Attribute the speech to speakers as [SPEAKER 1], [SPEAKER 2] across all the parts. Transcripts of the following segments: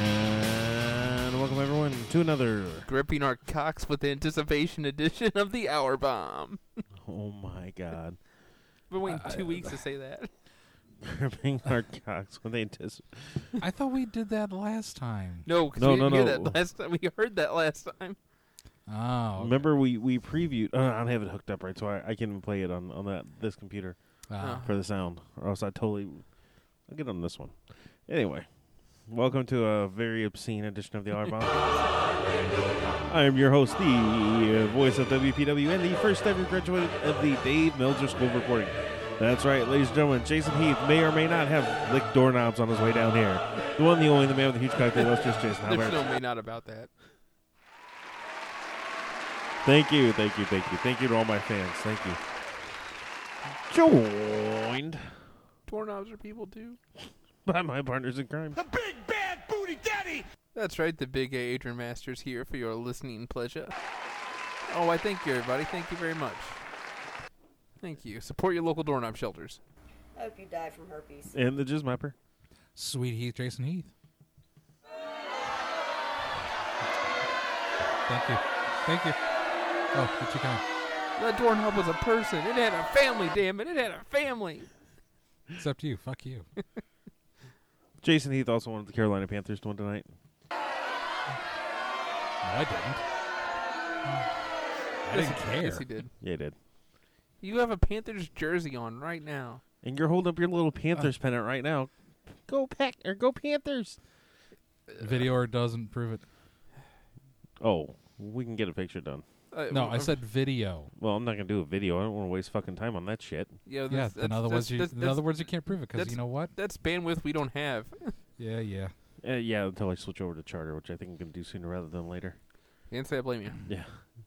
[SPEAKER 1] And welcome everyone to another.
[SPEAKER 2] gripping our cocks with anticipation edition of the hour bomb.
[SPEAKER 1] Oh my God!
[SPEAKER 2] Been waiting
[SPEAKER 3] I-
[SPEAKER 2] two weeks to say that.
[SPEAKER 1] Gripping our cocks when they anticipate.
[SPEAKER 3] I thought we did that last time.
[SPEAKER 2] No, 'cause
[SPEAKER 1] No,
[SPEAKER 2] we
[SPEAKER 1] no,
[SPEAKER 2] didn't hear
[SPEAKER 1] no.
[SPEAKER 2] that last time. We heard that last time.
[SPEAKER 3] Oh, okay.
[SPEAKER 1] Remember we we previewed. Uh, I have it hooked up right, so I, I can't even play it on on that this computer
[SPEAKER 3] Ah,
[SPEAKER 1] for the sound, or else I totally. I'll get on this one. Anyway, welcome to a very obscene edition of the Hour Bomb. I am your host, the uh, voice of WPW, and the first ever graduate of the Dave Melzer School of Reporting. That's right, ladies and gentlemen. Jason Heath may or may not have licked doorknobs on his way down here. The one, the only, the man with the huge cock, the illustrious Jason Albert.
[SPEAKER 2] There's no may not about that.
[SPEAKER 1] Thank you, thank you, thank you, thank you to all my fans. Thank you. Joined
[SPEAKER 2] Doorknobs are people too.
[SPEAKER 1] by my partners in crime.
[SPEAKER 2] That's right. The big A Adrian Masters here for your listening pleasure. Oh, I thank you, everybody. Thank you very much. Thank you. Support your local doorknob shelters.
[SPEAKER 4] I hope you die from herpes.
[SPEAKER 1] And the Jizz Mapper.
[SPEAKER 3] sweet Heath, Jason Heath. Thank you, thank you. Oh, did you come?
[SPEAKER 2] That doorknob was a person. It had a family. Damn it! It had a family.
[SPEAKER 3] It's up to you. Fuck you.
[SPEAKER 1] Jason Heath also wanted the Carolina Panthers to win tonight.
[SPEAKER 3] No, I didn't. I didn't care.
[SPEAKER 2] Yes, he did.
[SPEAKER 1] Yeah, he did.
[SPEAKER 2] You have a Panthers jersey on right now.
[SPEAKER 1] And you're holding up your little Panthers pennant right now. Go Pack or go Panthers.
[SPEAKER 3] Video or doesn't prove it.
[SPEAKER 1] Oh, we can get a picture done.
[SPEAKER 2] Uh,
[SPEAKER 3] No,
[SPEAKER 2] w-
[SPEAKER 3] I said video.
[SPEAKER 2] uh,
[SPEAKER 1] Well, I'm not gonna do a video. I don't want to waste fucking time on that shit.
[SPEAKER 2] Yeah, that's,
[SPEAKER 3] Yeah.
[SPEAKER 2] that's,
[SPEAKER 3] In other
[SPEAKER 2] that's-
[SPEAKER 3] words, you,
[SPEAKER 2] that's-
[SPEAKER 3] in
[SPEAKER 2] that's-
[SPEAKER 3] other words, you can't prove it because
[SPEAKER 2] that's-
[SPEAKER 3] you know what?
[SPEAKER 2] that's bandwidth we don't have.
[SPEAKER 3] Yeah, yeah.
[SPEAKER 1] Uh, yeah, until I switch over to charter, which I think I'm gonna do sooner rather than later.
[SPEAKER 2] Can't say I blame you.
[SPEAKER 1] Yeah,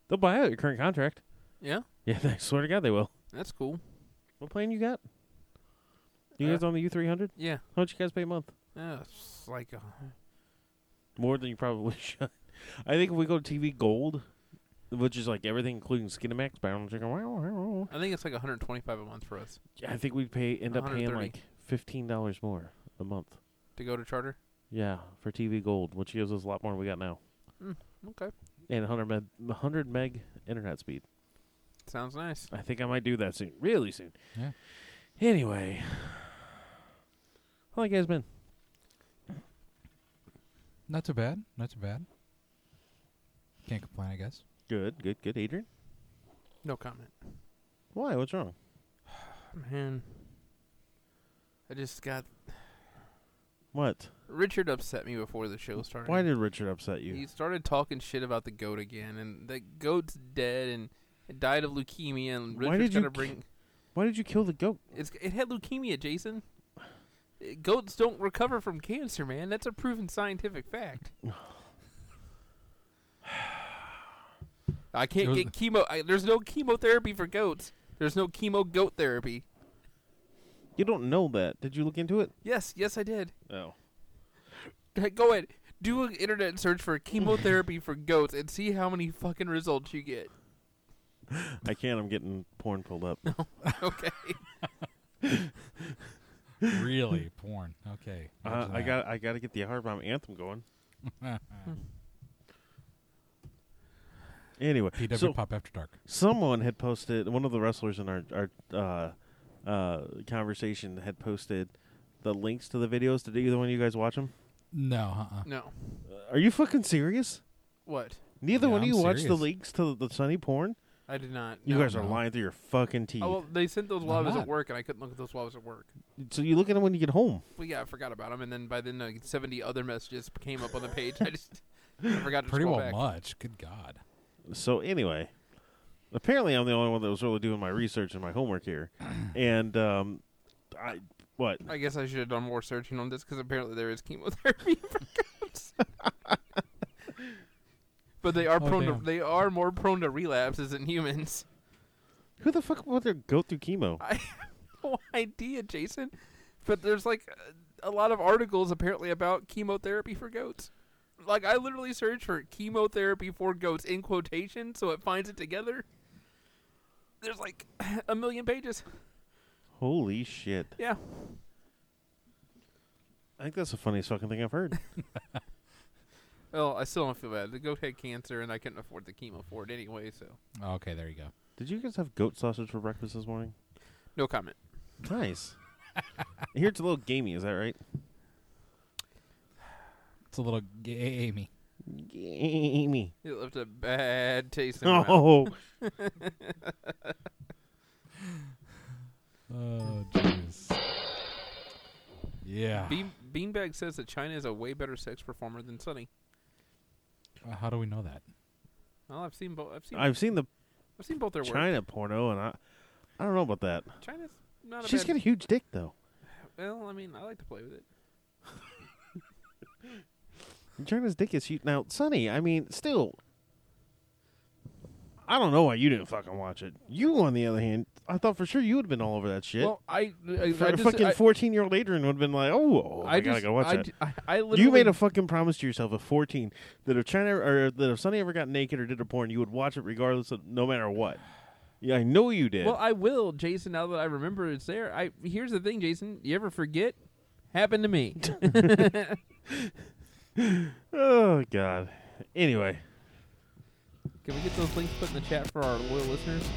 [SPEAKER 1] they'll buy out your current contract.
[SPEAKER 2] Yeah,
[SPEAKER 1] Yeah, I swear to God, they will.
[SPEAKER 2] that's cool.
[SPEAKER 1] What plan you got? You guys on the U300?
[SPEAKER 2] Yeah,
[SPEAKER 1] How much you guys pay a month?
[SPEAKER 2] yeah it's like a,
[SPEAKER 1] More than you probably should. I think if we go to TV Gold, which is like everything including Skinamax, Battle Chicken,
[SPEAKER 2] I think it's like 125 a month for us
[SPEAKER 1] I think we pay end up paying
[SPEAKER 2] 130.
[SPEAKER 1] like fifteen dollars more a month.
[SPEAKER 2] to go to charter.
[SPEAKER 1] Yeah, for TV Gold, which gives us a lot more than we got now,
[SPEAKER 2] Okay,
[SPEAKER 1] and 100 meg, 100 meg internet speed.
[SPEAKER 2] sounds nice.
[SPEAKER 1] I think I might do that soon, really soon.
[SPEAKER 3] Yeah.
[SPEAKER 1] Anyway, how you guys been?
[SPEAKER 3] Not too bad. Not too bad. Can't complain, I guess.
[SPEAKER 1] Good, good, good. Adrian,
[SPEAKER 2] No comment,
[SPEAKER 1] why? What's wrong?
[SPEAKER 2] man. I just got
[SPEAKER 1] What?
[SPEAKER 2] Richard upset me before the show started.
[SPEAKER 1] Why did Richard upset you?
[SPEAKER 2] he started talking shit about the goat again, and the goat's dead and it died of leukemia, and
[SPEAKER 1] Why did
[SPEAKER 2] Richard's
[SPEAKER 1] you
[SPEAKER 2] gonna
[SPEAKER 1] ki-
[SPEAKER 2] bring.
[SPEAKER 1] why did you kill the goat?
[SPEAKER 2] It's it had leukemia, Jason. Uh, Goats don't recover from cancer, man. That's a proven scientific fact. I
[SPEAKER 3] It
[SPEAKER 2] can't
[SPEAKER 3] was-
[SPEAKER 2] get chemo. I, there's no chemotherapy for goats. There's no chemo goat therapy.
[SPEAKER 1] You don't know that. Did you look into it?
[SPEAKER 2] Yes, yes, I did.
[SPEAKER 1] Oh.
[SPEAKER 2] Go ahead, do an internet search for chemotherapy for goats and see how many fucking results you get.
[SPEAKER 1] I can't. I'm getting porn pulled up.
[SPEAKER 2] Okay,
[SPEAKER 3] really porn. Okay.
[SPEAKER 1] Uh, I got. I got to get the hard bomb anthem going. Anyway,
[SPEAKER 3] PW
[SPEAKER 1] so
[SPEAKER 3] Pop After Dark.
[SPEAKER 1] someone had posted. One of the wrestlers in our our uh, uh, conversation had posted the links to the videos. Did either one of you guys watch them?
[SPEAKER 3] No, uh-uh.
[SPEAKER 2] no,
[SPEAKER 1] Are you fucking serious?
[SPEAKER 2] what?
[SPEAKER 1] Neither
[SPEAKER 3] Yeah,
[SPEAKER 1] one of
[SPEAKER 3] I'm
[SPEAKER 1] you watched the
[SPEAKER 3] serious.
[SPEAKER 1] links to the, the sunny porn.
[SPEAKER 2] I did not.
[SPEAKER 1] You
[SPEAKER 2] no.
[SPEAKER 1] guys are
[SPEAKER 3] no.
[SPEAKER 1] lying through your fucking teeth.
[SPEAKER 2] Oh, well, they sent those while I
[SPEAKER 3] I'm
[SPEAKER 2] was at
[SPEAKER 3] not.
[SPEAKER 2] work, and I couldn't look at those while I was at work.
[SPEAKER 1] so you look at them when you get home.
[SPEAKER 2] Well, yeah, I forgot about them, and then by then like seventy other messages came up on the page. I just I forgot to
[SPEAKER 3] pretty
[SPEAKER 2] scroll
[SPEAKER 3] well
[SPEAKER 2] back.
[SPEAKER 3] much. Good God.
[SPEAKER 1] So anyway, apparently I'm the only one that was really doing my research and my homework here, and um, I what
[SPEAKER 2] I guess I should have done more searching on this because apparently there is chemotherapy for goats. but they are
[SPEAKER 3] Oh,
[SPEAKER 2] prone
[SPEAKER 3] damn.
[SPEAKER 2] to they are more prone to relapses than humans.
[SPEAKER 1] Who the fuck would they go through chemo?
[SPEAKER 2] I have no idea, Jason. But there's like a, a lot of articles apparently about chemotherapy for goats. Like I literally searched for chemotherapy for goats in quotation, so it finds it together. There's like a million pages.
[SPEAKER 1] Holy shit!
[SPEAKER 2] Yeah.
[SPEAKER 1] I think that's the funniest fucking thing I've heard.
[SPEAKER 2] Well, I still don't feel bad. The goat had cancer, and I couldn't afford the chemo for it anyway, so
[SPEAKER 3] Okay, there you go.
[SPEAKER 1] Did you guys have goat sausage for breakfast this morning?
[SPEAKER 2] no comment.
[SPEAKER 1] Nice. I hear it's a little gamey. Is that right?
[SPEAKER 3] It's a little gamey.
[SPEAKER 1] Gamey.
[SPEAKER 2] It left a bad taste in my mouth.
[SPEAKER 1] Oh,
[SPEAKER 3] Oh, jeez. Yeah.
[SPEAKER 2] Bean, Beanbag says that China is a way better sex performer than Sunny.
[SPEAKER 3] Uh, How do we know that?
[SPEAKER 2] Well, I've seen both. I've seen. I've,
[SPEAKER 1] I've seen the
[SPEAKER 2] seen both their work.
[SPEAKER 1] China porno, and I, I don't know about that.
[SPEAKER 2] China's not a
[SPEAKER 1] She's
[SPEAKER 2] bad.
[SPEAKER 1] got a huge dick, though.
[SPEAKER 2] Well, I mean, I like to play with it.
[SPEAKER 1] China's dick is huge. Now, Sonny, I mean, still, I don't know why you didn't fucking watch it. You, on the other hand, I thought for sure you would have been all over that shit.
[SPEAKER 2] Well, I, I, I
[SPEAKER 1] For a
[SPEAKER 2] just,
[SPEAKER 1] fucking
[SPEAKER 2] I,
[SPEAKER 1] fourteen-year-old Adrian would have been like, "Oh, oh I,
[SPEAKER 2] I
[SPEAKER 1] gotta
[SPEAKER 2] just,
[SPEAKER 1] go watch
[SPEAKER 2] I,
[SPEAKER 1] that."
[SPEAKER 2] d- I- I literally,
[SPEAKER 1] you made a fucking promise to yourself at fourteen that if China or that if Sonny ever got naked or did a porn, you would watch it regardless of no matter what. Yeah, I know you did.
[SPEAKER 2] Well, I will, Jason. Now that I remember it's there, I here's the thing, Jason. You ever forget? Happened to me.
[SPEAKER 1] oh God. Anyway,
[SPEAKER 2] Can we get those links put in the chat for our loyal listeners?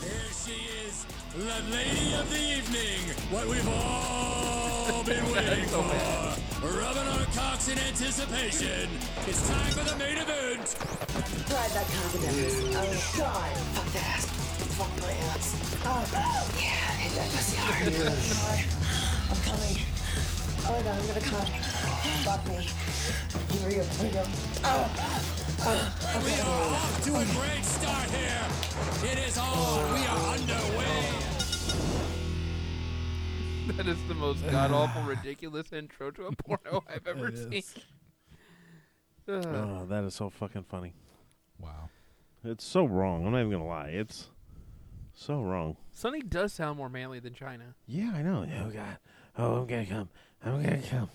[SPEAKER 5] Here she is, the lady of the evening. What we've all been waiting
[SPEAKER 2] so bad.
[SPEAKER 5] for. Rubbing our cocks in anticipation. It's time for the main event.
[SPEAKER 6] Drive that confidence. Oh god. Fuck that ass. Fuck my ass. Oh yeah, hit that pussy hard. Oh, I'm coming. Oh no, I'm gonna come. Fuck me. Here we go. Here we go.
[SPEAKER 5] We are off to a great start here. It is on. We are underway.
[SPEAKER 2] That is the most god awful, ridiculous intro to a porno I've ever seen. Ugh.
[SPEAKER 1] oh, that is so fucking funny.
[SPEAKER 3] Wow.
[SPEAKER 1] It's so wrong. I'm not even gonna lie. It's so wrong.
[SPEAKER 2] Sonny does sound more manly than China.
[SPEAKER 1] Yeah, I know. Oh God. Oh, I'm gonna come. I'm gonna come.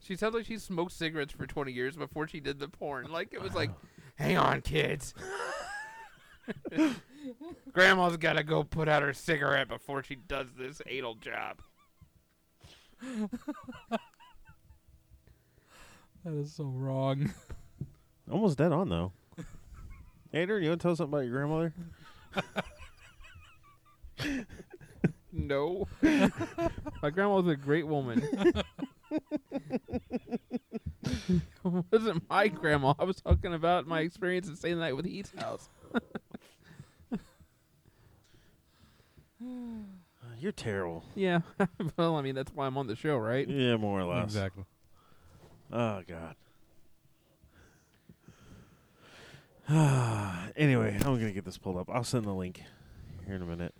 [SPEAKER 2] She sounds like she smoked cigarettes for 20 years before she did the porn. Like, it was like, hang on, kids. Grandma's got to go put out her cigarette before she does this anal job.
[SPEAKER 3] That is so wrong.
[SPEAKER 1] Almost dead on though. Adrian, you want to tell us something about your grandmother?
[SPEAKER 2] No. My grandma was a great woman. it wasn't my grandma. I was talking about my experience at staying the night with Heath's house.
[SPEAKER 1] Uh, You're terrible.
[SPEAKER 2] Yeah. well, I mean, that's why I'm on the show, right?
[SPEAKER 1] Yeah, more or less.
[SPEAKER 3] Exactly.
[SPEAKER 1] Oh God. anyway, I'm gonna get this pulled up. I'll send the link here in a minute.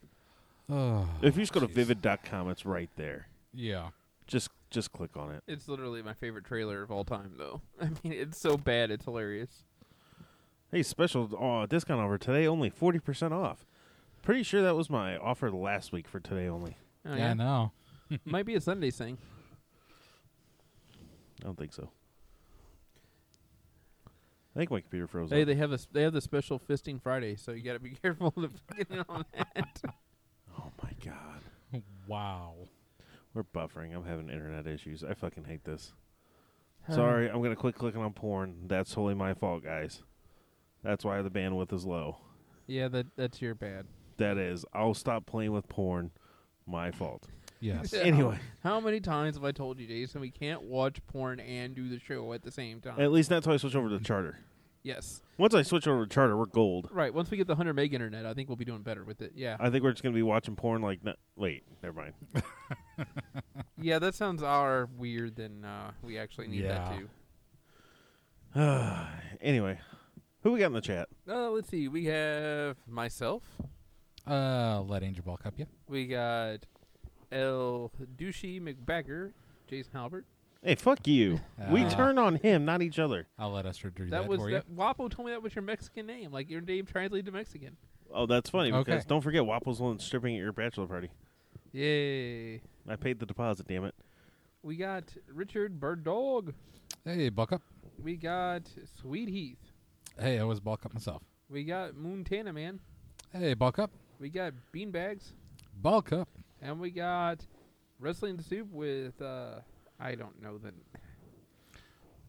[SPEAKER 3] Oh,
[SPEAKER 1] If you just go to
[SPEAKER 3] jeez.
[SPEAKER 1] vivid.com, it's right there.
[SPEAKER 3] Yeah.
[SPEAKER 1] Just just click on it.
[SPEAKER 2] It's literally my favorite trailer of all time, though. I mean, it's so bad, it's hilarious.
[SPEAKER 1] Hey, special uh, discount offer today only forty percent off. Pretty sure that was my offer last week for today only.
[SPEAKER 2] Oh,
[SPEAKER 3] yeah, I know.
[SPEAKER 2] Might be a Sunday thing.
[SPEAKER 1] I don't think so. I think my computer froze.
[SPEAKER 2] Hey,
[SPEAKER 1] up.
[SPEAKER 2] they have a s- they have the special fisting Friday, so you got to be careful to get in on that.
[SPEAKER 1] oh my god,
[SPEAKER 3] Wow.
[SPEAKER 1] we're buffering. I'm having internet issues. I fucking hate this. Sorry, I'm gonna quit clicking on porn. That's totally my fault, guys. That's why the bandwidth is low.
[SPEAKER 2] Yeah, that that's your bad.
[SPEAKER 1] That is, I'll stop playing with porn. My fault.
[SPEAKER 3] Yes.
[SPEAKER 1] Anyway,
[SPEAKER 2] How many times have I told you, Jason, we can't watch porn and do the show at the same time?
[SPEAKER 1] at least that's how I switch over to charter.
[SPEAKER 2] yes.
[SPEAKER 1] Once I switch over to charter, we're gold.
[SPEAKER 2] Right. Once we get the 100 meg internet, I think we'll be doing better with it. Yeah.
[SPEAKER 1] I think we're just gonna be watching porn. Like, no, wait, never mind.
[SPEAKER 2] yeah, that sounds our weird than uh, we actually need that
[SPEAKER 3] Yeah.
[SPEAKER 2] too.
[SPEAKER 1] Anyway, who we got in the chat?
[SPEAKER 2] Uh, let's see. We have myself.
[SPEAKER 3] Uh, let Angel Ball cup you.
[SPEAKER 2] We got El Douchey McBagger, Jason Halbert.
[SPEAKER 1] Hey, fuck you. we
[SPEAKER 3] Ah.
[SPEAKER 1] turn on him, not each other.
[SPEAKER 3] I'll let Esther do
[SPEAKER 2] That
[SPEAKER 3] that,
[SPEAKER 2] was
[SPEAKER 3] for
[SPEAKER 2] that Wapo told me that was your Mexican name. Like your name translated to Mexican.
[SPEAKER 1] Oh, that's funny because
[SPEAKER 3] Okay.
[SPEAKER 1] don't forget, Wapple's one stripping at your bachelor party.
[SPEAKER 2] Yay.
[SPEAKER 1] I paid the deposit. Damn it.
[SPEAKER 2] We got Richard Bird Dog.
[SPEAKER 3] you. Hey, Ball Cup.
[SPEAKER 2] We got Sweet Heath.
[SPEAKER 3] Hey, I was Ball Cup myself.
[SPEAKER 2] We got Montana Man.
[SPEAKER 3] Hey, Ball Cup.
[SPEAKER 2] We got Beanbags.
[SPEAKER 3] Ball Cup.
[SPEAKER 2] And we got Wrestling the Soup with uh, I don't know the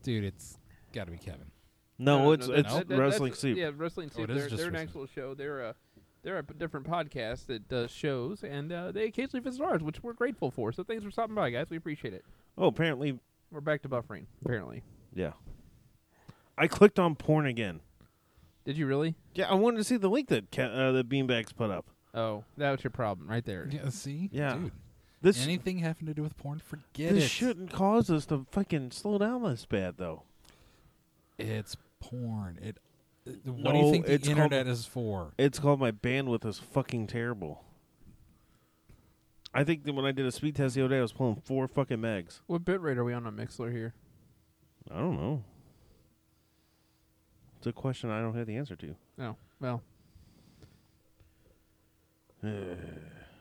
[SPEAKER 3] Dude, it's got to be Kevin.
[SPEAKER 1] No, it's
[SPEAKER 2] that-
[SPEAKER 1] it's
[SPEAKER 2] that- that-
[SPEAKER 1] wrestling
[SPEAKER 2] that's-
[SPEAKER 1] soup.
[SPEAKER 2] Yeah, wrestling soup.
[SPEAKER 3] Oh, it is
[SPEAKER 2] they're
[SPEAKER 3] just
[SPEAKER 2] they're an
[SPEAKER 3] Wrestling
[SPEAKER 2] actual show. They're a they're a p- different podcast that does shows, and uh, they occasionally visit ours, which we're grateful for. So thanks for stopping by, guys. We appreciate it.
[SPEAKER 1] Oh, apparently,
[SPEAKER 2] We're back to buffering. Apparently,
[SPEAKER 1] yeah. I clicked on porn again.
[SPEAKER 2] did you really?
[SPEAKER 1] Yeah, I wanted to see the link that Ke- uh, the Beanbags put up.
[SPEAKER 2] Oh, that was your problem right there.
[SPEAKER 3] Yeah, see?
[SPEAKER 1] Yeah.
[SPEAKER 3] Dude,
[SPEAKER 1] This
[SPEAKER 3] anything having to do with porn, forget
[SPEAKER 1] this
[SPEAKER 3] it.
[SPEAKER 1] shouldn't cause us to fucking slow down this bad though.
[SPEAKER 3] It's porn. It. it- What do
[SPEAKER 1] No,
[SPEAKER 3] you think
[SPEAKER 1] it's
[SPEAKER 3] the
[SPEAKER 1] called-
[SPEAKER 3] internet is for?
[SPEAKER 1] It's called my bandwidth is fucking terrible. I think that when I did a speed test the other day, I was pulling four fucking megs.
[SPEAKER 2] What bit rate are we on on Mixler here?
[SPEAKER 1] I don't know. It's a question I don't have the answer to.
[SPEAKER 2] Oh, well.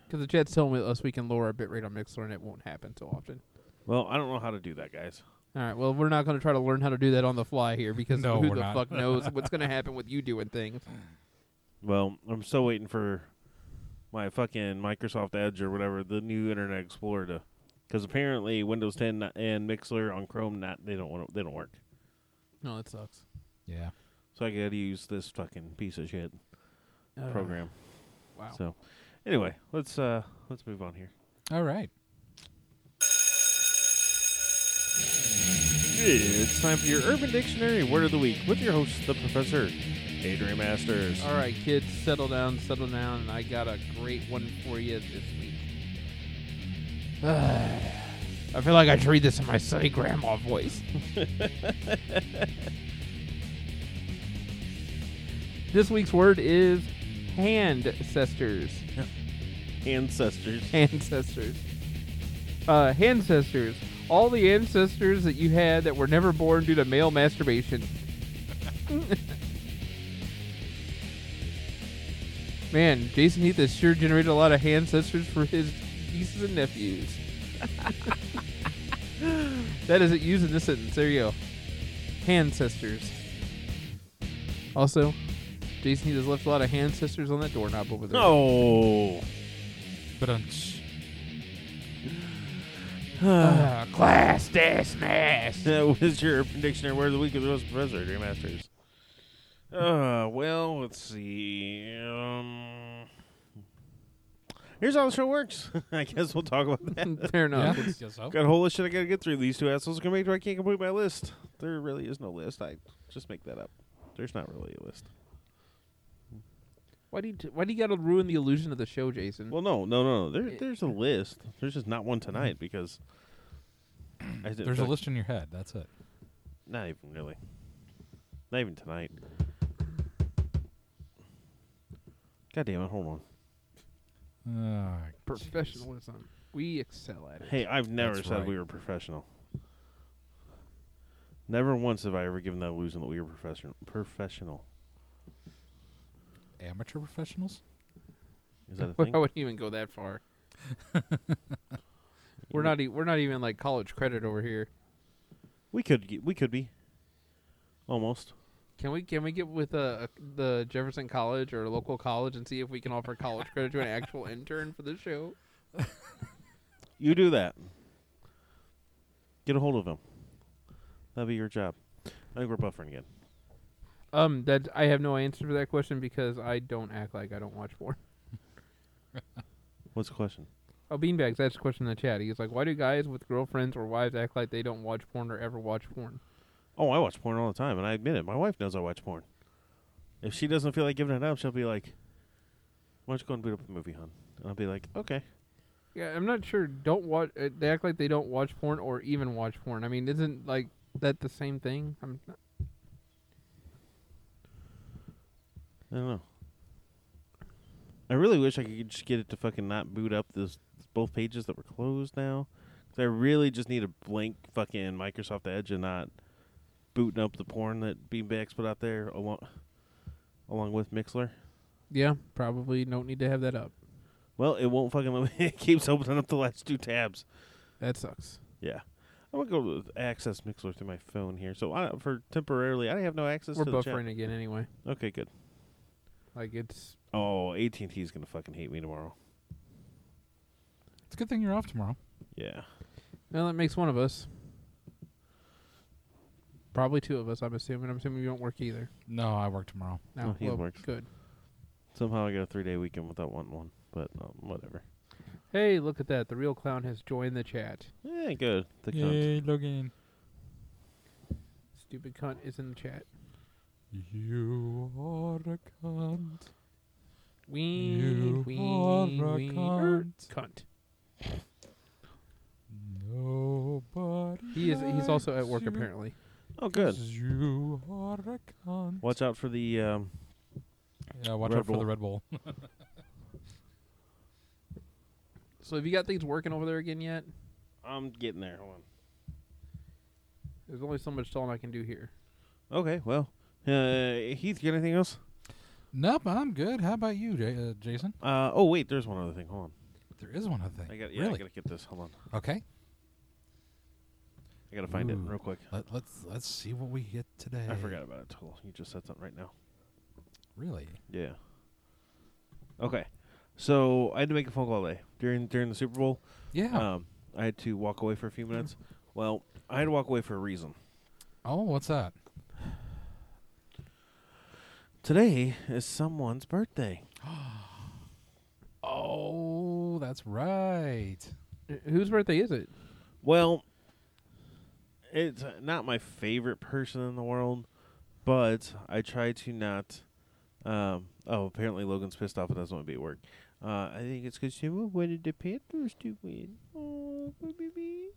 [SPEAKER 2] Because the chat's telling us we can lower our bit rate on Mixler, and it won't happen so often.
[SPEAKER 1] Well, I don't know how to do that, guys.
[SPEAKER 2] All right. Well, we're not going to try to learn how to do that on the fly here because
[SPEAKER 3] No,
[SPEAKER 2] who
[SPEAKER 3] we're
[SPEAKER 2] the
[SPEAKER 3] not.
[SPEAKER 2] fuck knows what's going to happen with you doing things.
[SPEAKER 1] Well, I'm still waiting for my fucking Microsoft Edge or whatever the new Internet Explorer to, because apparently Windows 10 not- and Mixler on Chrome not they don't want they don't work.
[SPEAKER 2] No, that sucks.
[SPEAKER 3] Yeah.
[SPEAKER 1] So I got to use this fucking piece of shit
[SPEAKER 2] Uh,
[SPEAKER 1] program.
[SPEAKER 2] Wow.
[SPEAKER 1] So anyway, let's uh let's move on here.
[SPEAKER 3] All right.
[SPEAKER 1] It's time for your Urban Dictionary Word of the Week with your host, the Professor Adrian Masters.
[SPEAKER 2] All right, kids, settle down, settle down, and I got a great one for you this week. I feel like I should read this in my silly grandma voice. this week's word is ancestors.
[SPEAKER 1] Ancestors.
[SPEAKER 2] Ancestors. Uh, ancestors. All the ancestors that you had that were never born due to male masturbation. Man, Jason Heath has sure generated a lot of ancestors for his nieces and nephews. that isn't used in this sentence. There you go. Ancestors. Also, Jason Heath has left a lot of ancestors on that doorknob over there.
[SPEAKER 1] No.
[SPEAKER 3] But um, on.
[SPEAKER 2] Ah, class dismissed.
[SPEAKER 1] That was your Urban Dictionary Word of the Week with your host, Professor Adrian Masters. Uh, well, let's see. Um, here's how the show works. I guess we'll talk about that.
[SPEAKER 2] Fair enough.
[SPEAKER 3] yeah.
[SPEAKER 2] It's-
[SPEAKER 3] Guess so.
[SPEAKER 1] Got a whole lot of shit I gotta get through. These two assholes can make. I can't complete my list. There really is no list. I just make that up. There's not really a list.
[SPEAKER 2] Why do you t- why do you gotta ruin the illusion of the show, Jason?
[SPEAKER 1] Well, no, no, no. no. There, there's a list. There's just not one tonight because I didn't
[SPEAKER 3] There's a
[SPEAKER 1] feel-
[SPEAKER 3] list in your head. That's it.
[SPEAKER 1] Not even really. Not even tonight. God damn it! Hold on.
[SPEAKER 3] Oh,
[SPEAKER 2] Professionalism. We excel at it.
[SPEAKER 1] Hey, I've never
[SPEAKER 3] That's
[SPEAKER 1] said
[SPEAKER 3] right.
[SPEAKER 1] we were professional. Never once have I ever given that illusion that we were professional. Professional.
[SPEAKER 3] Amateur professionals?
[SPEAKER 1] Is that a
[SPEAKER 2] I
[SPEAKER 1] thing?
[SPEAKER 2] wouldn't even go that far. we're not e- we're not even like college credit over here.
[SPEAKER 1] we could. ge- We could be. Almost.
[SPEAKER 2] Can we can we get with uh, the Jefferson College or local college and see if we can offer college credit to an actual intern for the show?
[SPEAKER 1] You do that. Get a hold of him. That'll be your job. I think we're buffering again.
[SPEAKER 2] Um, that I have no answer for that question because I don't act like I don't watch porn.
[SPEAKER 1] What's the question?
[SPEAKER 2] Oh, Beanbags asked a question in the chat. He's like, "Why do guys with girlfriends or wives act like they don't watch porn or ever watch porn?"
[SPEAKER 1] Oh, I watch porn all the time, and I admit it. My wife knows I watch porn. If she doesn't feel like giving it up, she'll be like, "Why don't you go and boot up the movie, hon?" And I'll be like, "Okay."
[SPEAKER 2] Yeah, I'm not sure. Don't watch. Uh, they act like they don't watch porn or even watch porn. I mean, isn't like that the same thing? I'm not,
[SPEAKER 1] I don't know. I really wish I could just get it to fucking not boot up this both pages that were closed now. 'Cause I really just need a blank fucking Microsoft Edge and not booting up the porn that Beanbags put out there along along with Mixler.
[SPEAKER 2] yeah, probably don't need to have that up.
[SPEAKER 1] Well, it won't fucking let me. It keeps opening up the last two tabs.
[SPEAKER 2] That sucks.
[SPEAKER 1] Yeah. I'm gonna go to access Mixler through my phone here. So I, for temporarily, I have no access
[SPEAKER 2] We're
[SPEAKER 1] to
[SPEAKER 2] buffering again anyway.
[SPEAKER 1] the chat. Okay, good.
[SPEAKER 2] Like it's
[SPEAKER 1] Oh, AT and T is gonna fucking hate me tomorrow.
[SPEAKER 3] It's a good thing you're off tomorrow.
[SPEAKER 1] Yeah.
[SPEAKER 2] Well, that makes one of us. Probably two of us. I'm assuming. I'm assuming you don't work either.
[SPEAKER 3] No, I work tomorrow.
[SPEAKER 2] No,
[SPEAKER 1] No, he
[SPEAKER 2] well,
[SPEAKER 1] works.
[SPEAKER 2] Good.
[SPEAKER 1] Somehow I got a three day weekend without wanting one, but um, whatever.
[SPEAKER 2] Hey, look at that! The real clown has joined the chat.
[SPEAKER 1] Yeah, Eh, good. The cunt.
[SPEAKER 3] Yay, Logan.
[SPEAKER 2] Stupid cunt is in the chat.
[SPEAKER 3] You are a cunt.
[SPEAKER 2] Ween,
[SPEAKER 3] You
[SPEAKER 2] ween,
[SPEAKER 3] are a
[SPEAKER 2] ween. er,
[SPEAKER 3] cunt.
[SPEAKER 2] cunt.
[SPEAKER 3] Nobody.
[SPEAKER 2] He is. He's also at work
[SPEAKER 3] likes you
[SPEAKER 2] apparently.
[SPEAKER 1] Oh, good.
[SPEAKER 3] 'cause You are a cunt.
[SPEAKER 1] Watch out for the. Um,
[SPEAKER 3] Yeah, watch
[SPEAKER 1] Red
[SPEAKER 3] out for
[SPEAKER 1] Bull.
[SPEAKER 3] the Red Bull.
[SPEAKER 2] So have you got things working over there again yet?
[SPEAKER 1] I'm getting there. Hold
[SPEAKER 2] There's only so much telling I can do here.
[SPEAKER 1] on. Okay, well. Uh, Heath, you got anything else?
[SPEAKER 3] Nope, I'm good. How about you, J- uh, Jason?
[SPEAKER 1] Uh, oh, wait, there's one other thing. Hold on.
[SPEAKER 3] There is one other thing.
[SPEAKER 1] I got, yeah, I
[SPEAKER 3] really?
[SPEAKER 1] got to get this. Hold on.
[SPEAKER 3] okay.
[SPEAKER 1] I got to find it
[SPEAKER 3] Ooh.
[SPEAKER 1] real quick.
[SPEAKER 3] Let, let's let's see what we get today.
[SPEAKER 1] I forgot about it. Total. You just said something right now.
[SPEAKER 3] Really?
[SPEAKER 1] Yeah. Okay. So I had to make a phone call today during during the Super Bowl.
[SPEAKER 3] Yeah.
[SPEAKER 2] Uh,
[SPEAKER 1] Um, I had to walk away for a few minutes. Well, I had to walk away for a reason.
[SPEAKER 3] oh, what's that?
[SPEAKER 1] Today is someone's birthday.
[SPEAKER 3] Oh, that's right.
[SPEAKER 2] Uh, Whose birthday is it?
[SPEAKER 1] Well, it's uh, not my favorite person in the world, but I try to not. Um, oh, apparently Logan's pissed off and doesn't want to be at work. Uh, I think it's because she wanted the Panthers to win. Oh, baby.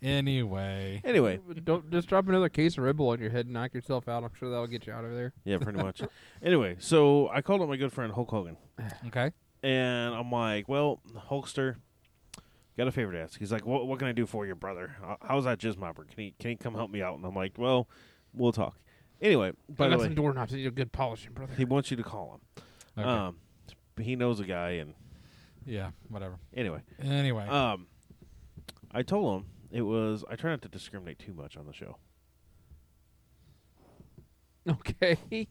[SPEAKER 3] Anyway.
[SPEAKER 1] Anyway,
[SPEAKER 2] Don't just drop another case of Red Bull on your head and knock yourself out. I'm sure that'll get you out of there.
[SPEAKER 1] yeah, pretty much. anyway, so I called up my good friend Hulk Hogan.
[SPEAKER 3] Okay.
[SPEAKER 1] And I'm like, well, Hulkster, got a favor to ask. He's like, what, what can I do for you, brother? How- How's that jizz mopper? Can he, can he come help me out? And I'm like, well, we'll talk. Anyway, by
[SPEAKER 2] I
[SPEAKER 1] the
[SPEAKER 2] got
[SPEAKER 1] way,
[SPEAKER 2] some doorknobs. I need a good polishing, brother.
[SPEAKER 1] he wants you to call
[SPEAKER 2] Uh,
[SPEAKER 1] him.
[SPEAKER 3] okay.
[SPEAKER 1] Um, he knows a guy. And
[SPEAKER 3] yeah, whatever.
[SPEAKER 1] anyway,
[SPEAKER 3] Anyway.
[SPEAKER 2] uh,
[SPEAKER 1] um, I told him it was, I try not to discriminate too much on the show.
[SPEAKER 2] Okay.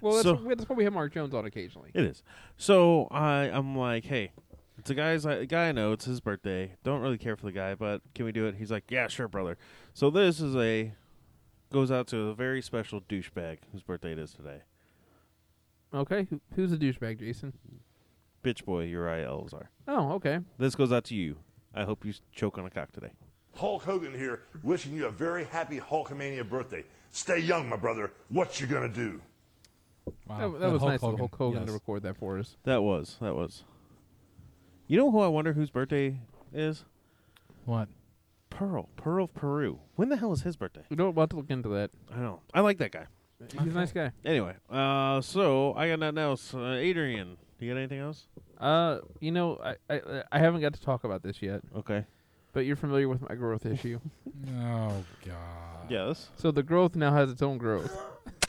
[SPEAKER 2] well, that's,
[SPEAKER 1] So-
[SPEAKER 2] wh- that's why we have Mark Jones on occasionally.
[SPEAKER 1] It is. So I, I'm like, hey, it's a guy's a guy I know. It's his birthday. Don't really care for the guy, but can we do it? He's like, yeah, sure, brother. So this is a goes out to a very special douchebag whose birthday it is today.
[SPEAKER 2] Okay. Who, who's a douchebag, Jason?
[SPEAKER 1] Bitch boy Uriah Elzar.
[SPEAKER 2] Oh, okay.
[SPEAKER 1] This goes out to you. I hope you s- choke on a cock today.
[SPEAKER 7] Hulk Hogan here, wishing you a very happy Hulkamania birthday. Stay young, my brother. What you gonna do?
[SPEAKER 3] wow.
[SPEAKER 2] That, that
[SPEAKER 3] Good
[SPEAKER 2] was
[SPEAKER 3] Hulk
[SPEAKER 2] nice of Hulk Hogan to
[SPEAKER 3] Yes.
[SPEAKER 2] record that for us.
[SPEAKER 1] That was that was. You know who I wonder whose birthday is?
[SPEAKER 3] What?
[SPEAKER 1] Pearl. Pearl of Peru. When the hell is his birthday?
[SPEAKER 2] You know, what? we'll have to look into that.
[SPEAKER 1] I don't. know. I like that guy.
[SPEAKER 2] He's a nice guy.
[SPEAKER 1] Anyway, uh, so I got nothing else. Uh, Adrian, do you got anything else?
[SPEAKER 2] Uh, you know, I, I I haven't got to talk about this yet,
[SPEAKER 1] Okay.
[SPEAKER 2] but you're familiar with my growth issue.
[SPEAKER 3] Oh God.
[SPEAKER 1] Yes.
[SPEAKER 2] So the growth now has its own growth.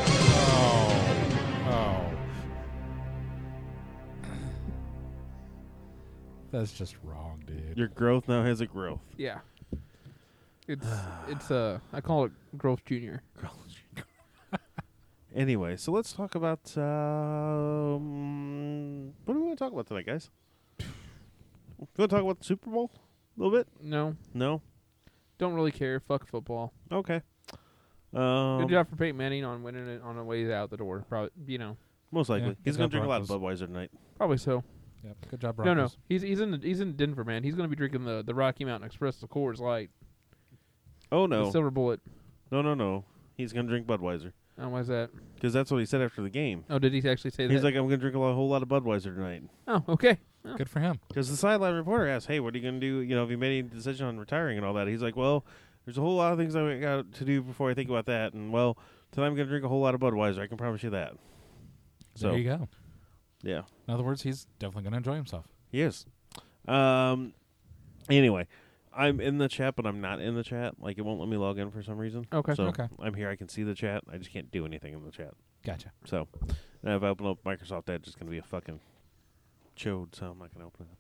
[SPEAKER 3] Oh. That's just wrong, dude.
[SPEAKER 1] Your growth now has a growth.
[SPEAKER 2] Yeah. It's it's uh I call it growth junior.
[SPEAKER 1] Anyway, so let's talk about um, what do we want to talk about tonight, guys? we want to talk about the Super Bowl a little bit?
[SPEAKER 2] No,
[SPEAKER 1] No.
[SPEAKER 2] don't really care. Fuck football.
[SPEAKER 1] Okay. Um,
[SPEAKER 2] Good job for Peyton Manning on winning it on the way out the door. Probably you know
[SPEAKER 1] Most likely,
[SPEAKER 3] Yeah,
[SPEAKER 1] he's
[SPEAKER 3] good
[SPEAKER 1] gonna
[SPEAKER 3] job,
[SPEAKER 1] drink a lot of Budweiser tonight.
[SPEAKER 2] probably so.
[SPEAKER 3] Yep. Good job,
[SPEAKER 2] No, no,
[SPEAKER 3] Broncos.
[SPEAKER 2] he's he's in he's in Denver, man. He's gonna be drinking the the Rocky Mountain Express, the Coors Light,
[SPEAKER 1] Oh
[SPEAKER 2] the
[SPEAKER 1] no!
[SPEAKER 2] Silver Bullet.
[SPEAKER 1] No, no, no! He's gonna drink Budweiser
[SPEAKER 2] Oh, why's that?
[SPEAKER 1] because that's what he said after the game.
[SPEAKER 2] Oh, did he actually say
[SPEAKER 1] He's
[SPEAKER 2] that?
[SPEAKER 1] like, "I'm gonna drink a lo- whole lot of Budweiser tonight."
[SPEAKER 2] oh, okay.
[SPEAKER 3] Good for him.
[SPEAKER 1] Because the sideline reporter asked, "Hey, what are you going to do? You know, have you made any decision on retiring and all that?" He's like, "Well, there's a whole lot of things I got to do before I think about that, and well, tonight I'm going to drink a whole lot of Budweiser. I can promise you that." So
[SPEAKER 3] there you go.
[SPEAKER 1] yeah,
[SPEAKER 3] In other words, he's definitely going to enjoy himself.
[SPEAKER 1] he is. Um, anyway, I'm in the chat, but I'm not in the chat. Like, it won't let me log in for some reason.
[SPEAKER 2] Okay.
[SPEAKER 1] so
[SPEAKER 3] Okay.
[SPEAKER 1] I'm here. I can see the chat. I just can't do anything in the chat.
[SPEAKER 3] Gotcha.
[SPEAKER 1] So, and if I open up Microsoft Edge, it's going to be a fucking chode, so I'm not going to open it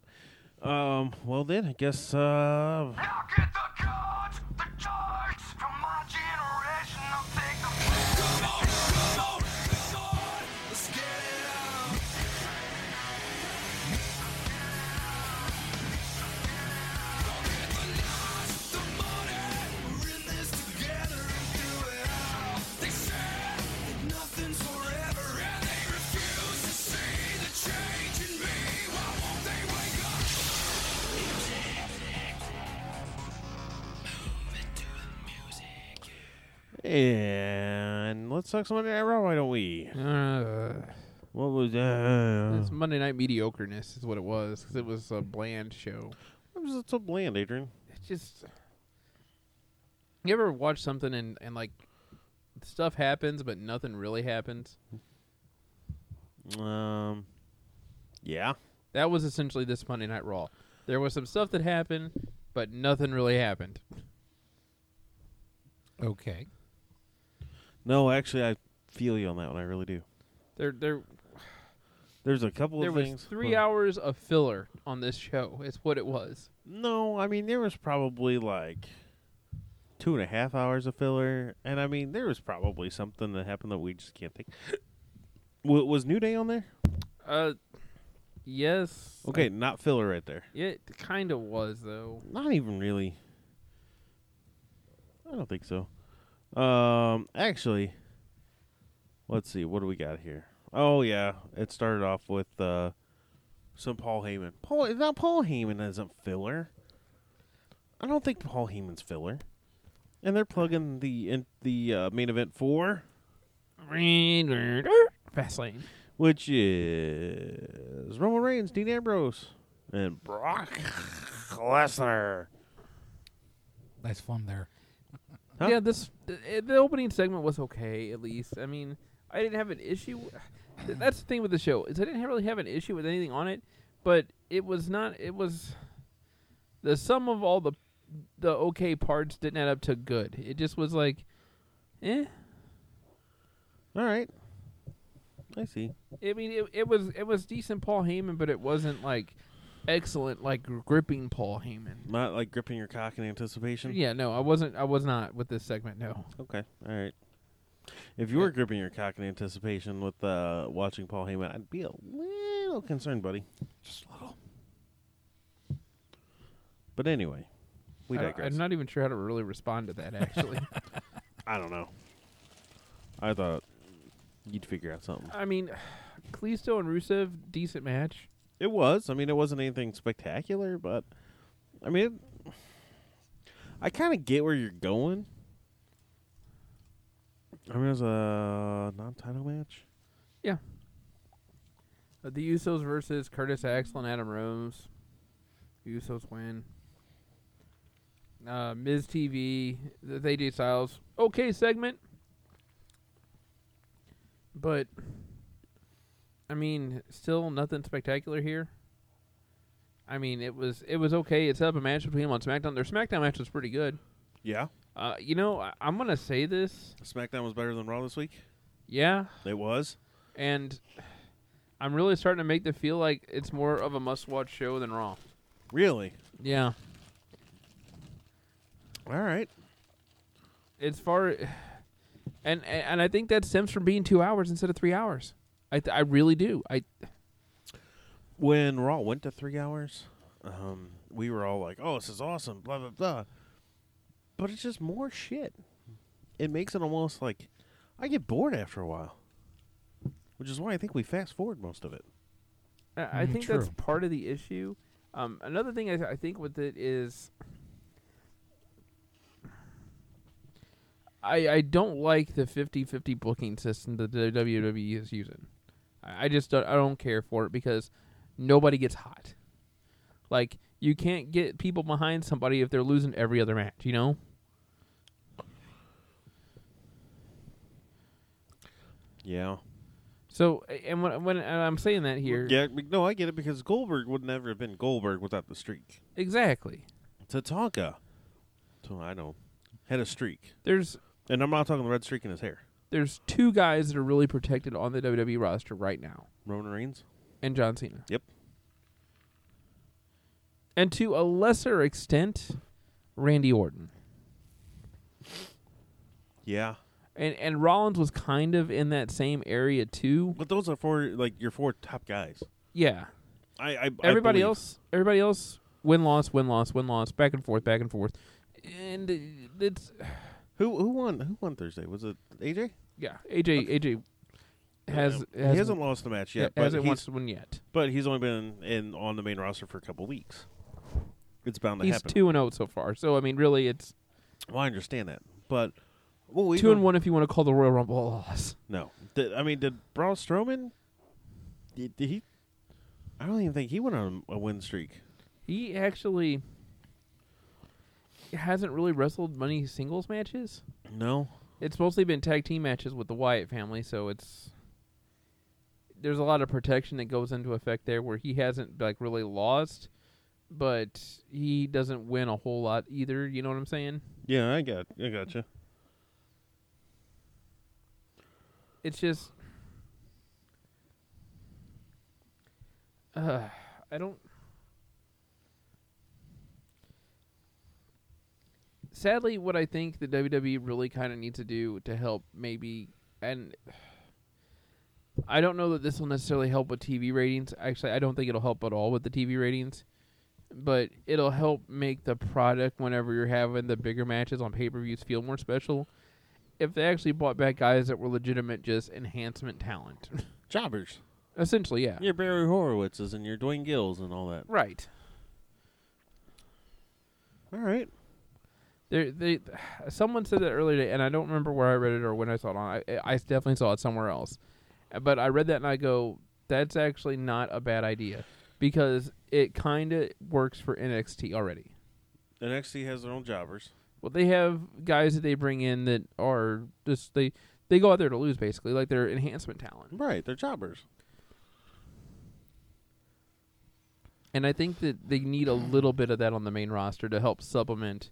[SPEAKER 1] up. Um, well, then, I guess, uh, And let's talk some Monday Night Raw, why don't we?
[SPEAKER 2] Uh,
[SPEAKER 1] What was that?
[SPEAKER 2] it's Monday Night Mediocreness is what it was because it was a bland show.
[SPEAKER 1] I'm just so bland, Adrian.
[SPEAKER 2] It's just. You ever watch something and, and like stuff happens but nothing really happens?
[SPEAKER 1] Um, yeah.
[SPEAKER 2] That was essentially this Monday Night Raw. There was some stuff that happened, but nothing really happened.
[SPEAKER 3] Okay.
[SPEAKER 1] No, actually, I feel you on that one. I really do.
[SPEAKER 2] There, there,
[SPEAKER 1] There's a couple
[SPEAKER 2] there
[SPEAKER 1] of
[SPEAKER 2] was
[SPEAKER 1] things.
[SPEAKER 2] three
[SPEAKER 1] Well,
[SPEAKER 2] hours of filler on this show. It's what it was.
[SPEAKER 1] No, I mean there was probably like two and a half hours of filler, and I mean there was probably something that happened that we just can't think. W- was New Day on there?
[SPEAKER 2] Uh, yes.
[SPEAKER 1] Okay, not filler right there.
[SPEAKER 2] It kind of was though.
[SPEAKER 1] Not even really. I don't think so. Um, actually, let's see. What do we got here? Oh yeah, it started off with uh, some Paul Heyman. Paul, now Paul Heyman isn't filler. I don't think Paul Heyman's filler. And they're plugging the in, the uh, main event four,
[SPEAKER 2] Fastlane.
[SPEAKER 1] which is Roman Reigns, Dean Ambrose, and Brock Lesnar.
[SPEAKER 3] Nice fun there.
[SPEAKER 1] Huh?
[SPEAKER 2] Yeah, this the, the opening segment was okay at least. I mean, I didn't have an issue. Th- That's the thing with the show is I didn't really have an issue with anything on it, but it was not. It was the sum of all the the okay parts didn't add up to good. It just was like, eh.
[SPEAKER 1] All right, I see.
[SPEAKER 2] I mean, it, it was it was decent Paul Heyman, but it wasn't like excellent, like gripping Paul Heyman.
[SPEAKER 1] Not like gripping your cock in anticipation.
[SPEAKER 2] Yeah, no, I wasn't. I was not with this segment. No.
[SPEAKER 1] Okay. All right. If you were gripping your cock in anticipation with uh, watching Paul Heyman, I'd be a little concerned, buddy. Just a little. But anyway, we
[SPEAKER 2] I-
[SPEAKER 1] digress.
[SPEAKER 2] I'm not even sure how to really respond to that. Actually,
[SPEAKER 1] I don't know. I thought you'd figure out something.
[SPEAKER 2] I mean, Kalisto and Rusev, decent match.
[SPEAKER 1] It was. I mean, it wasn't anything spectacular, but I mean, it, I kind of get where you're going. I mean, it was a non-title match.
[SPEAKER 2] Yeah. Uh, the Usos versus Curtis Axel and Adam Rose. The Usos win. Uh, Ms. TV, the the AJ Styles, okay segment, but I mean, still nothing spectacular here. I mean, it was it was okay. It set up a match between them on SmackDown. Their SmackDown match was pretty good.
[SPEAKER 1] Yeah.
[SPEAKER 2] Uh, you know, I, I'm gonna say this.
[SPEAKER 1] SmackDown was better than Raw this week.
[SPEAKER 2] Yeah,
[SPEAKER 1] It was.
[SPEAKER 2] and I'm really starting to make the feel like it's more of a must-watch show than Raw.
[SPEAKER 1] Really?
[SPEAKER 2] Yeah.
[SPEAKER 1] All right.
[SPEAKER 2] As far, and and I think that stems from being two hours instead of three hours. I th- I really do. I
[SPEAKER 1] When Raw went to three hours, um, we were all like, oh, this is awesome, blah, blah, blah. But it's just more shit. It makes it almost like I get bored after a while, which is why I think we fast forward most of it.
[SPEAKER 2] I I
[SPEAKER 3] Mm,
[SPEAKER 2] think that's
[SPEAKER 3] true.
[SPEAKER 2] part of the issue. Um, another thing I, I think with it is, I I don't like the 50-50 booking system that the WWE is using. I, I just don't, I don't care for it because nobody gets hot. Like you can't get people behind somebody if they're losing every other match. You know.
[SPEAKER 1] Yeah.
[SPEAKER 2] So a- and when when and I'm saying that here,
[SPEAKER 1] Yeah, be- no, I get it because Goldberg would never have been Goldberg without the streak.
[SPEAKER 2] exactly.
[SPEAKER 1] Tatanka, so I know, had a streak.
[SPEAKER 2] There's
[SPEAKER 1] And I'm not talking the red streak in his hair.
[SPEAKER 2] there's two guys that are really protected on the WWE roster right now,
[SPEAKER 1] Roman Reigns?
[SPEAKER 2] and John Cena.
[SPEAKER 1] Yep.
[SPEAKER 2] And to a lesser extent, Randy Orton.
[SPEAKER 1] Yeah.
[SPEAKER 2] And and Rollins was kind of in that same area too.
[SPEAKER 1] But those are four, like, your four top guys.
[SPEAKER 2] Yeah.
[SPEAKER 1] I, I
[SPEAKER 2] Everybody
[SPEAKER 1] I believe-
[SPEAKER 2] else everybody else win loss, win loss, win loss, back and forth, back and forth. And uh, it's
[SPEAKER 1] Who who won? Who won Thursday? Was it AJ?
[SPEAKER 2] yeah, AJ AJ has,
[SPEAKER 1] he
[SPEAKER 2] has
[SPEAKER 1] hasn't lost the match yet, but
[SPEAKER 2] hasn't
[SPEAKER 1] he's,
[SPEAKER 2] won one yet.
[SPEAKER 1] but he's only been in on the main roster for a couple weeks. It's bound to
[SPEAKER 2] He's oh
[SPEAKER 1] happen.
[SPEAKER 2] two and zero so far. So I mean, really, it's
[SPEAKER 1] Well, I understand that, but Well, we
[SPEAKER 2] Two and
[SPEAKER 1] don't-
[SPEAKER 2] one if you want to call the Royal Rumble a loss.
[SPEAKER 1] No, Did- I mean, did Braun Strowman? Did, did he? I don't even think he went on a win streak.
[SPEAKER 2] He actually hasn't really wrestled many singles matches.
[SPEAKER 1] No,
[SPEAKER 2] It's mostly been tag team matches with the Wyatt family, so it's there's a lot of protection that goes into effect there where he hasn't like really lost, but he doesn't win a whole lot either, you know what I'm saying?
[SPEAKER 1] Yeah, I got, I gotcha.
[SPEAKER 2] It's just uh, I don't Sadly, what I think the WWE really kind of needs to do to help maybe and I don't know that this will necessarily help with TV ratings. Actually, I don't think it'll help at all with the TV ratings. But it'll help make the product whenever you're having the bigger matches on pay-per-views feel more special if they actually brought back guys that were legitimate just enhancement talent.
[SPEAKER 1] Jobbers,
[SPEAKER 2] Essentially, yeah.
[SPEAKER 1] your Barry Horowitzes and your Dwayne Gills and all that.
[SPEAKER 2] Right.
[SPEAKER 1] All right,
[SPEAKER 2] There, they, someone said that earlier, today, and I don't remember where I read it or when I saw it on. I, I definitely saw it somewhere else, Uh, but I read that and I go, "That's actually not a bad idea," because it kind of works for NXT already.
[SPEAKER 1] NXT has their own jobbers.
[SPEAKER 2] Well, they have guys that they bring in that are just they they go out there to lose basically, like they're enhancement talent.
[SPEAKER 1] Right, they're jobbers.
[SPEAKER 2] and I think that they need a little bit of that on the main roster to help supplement,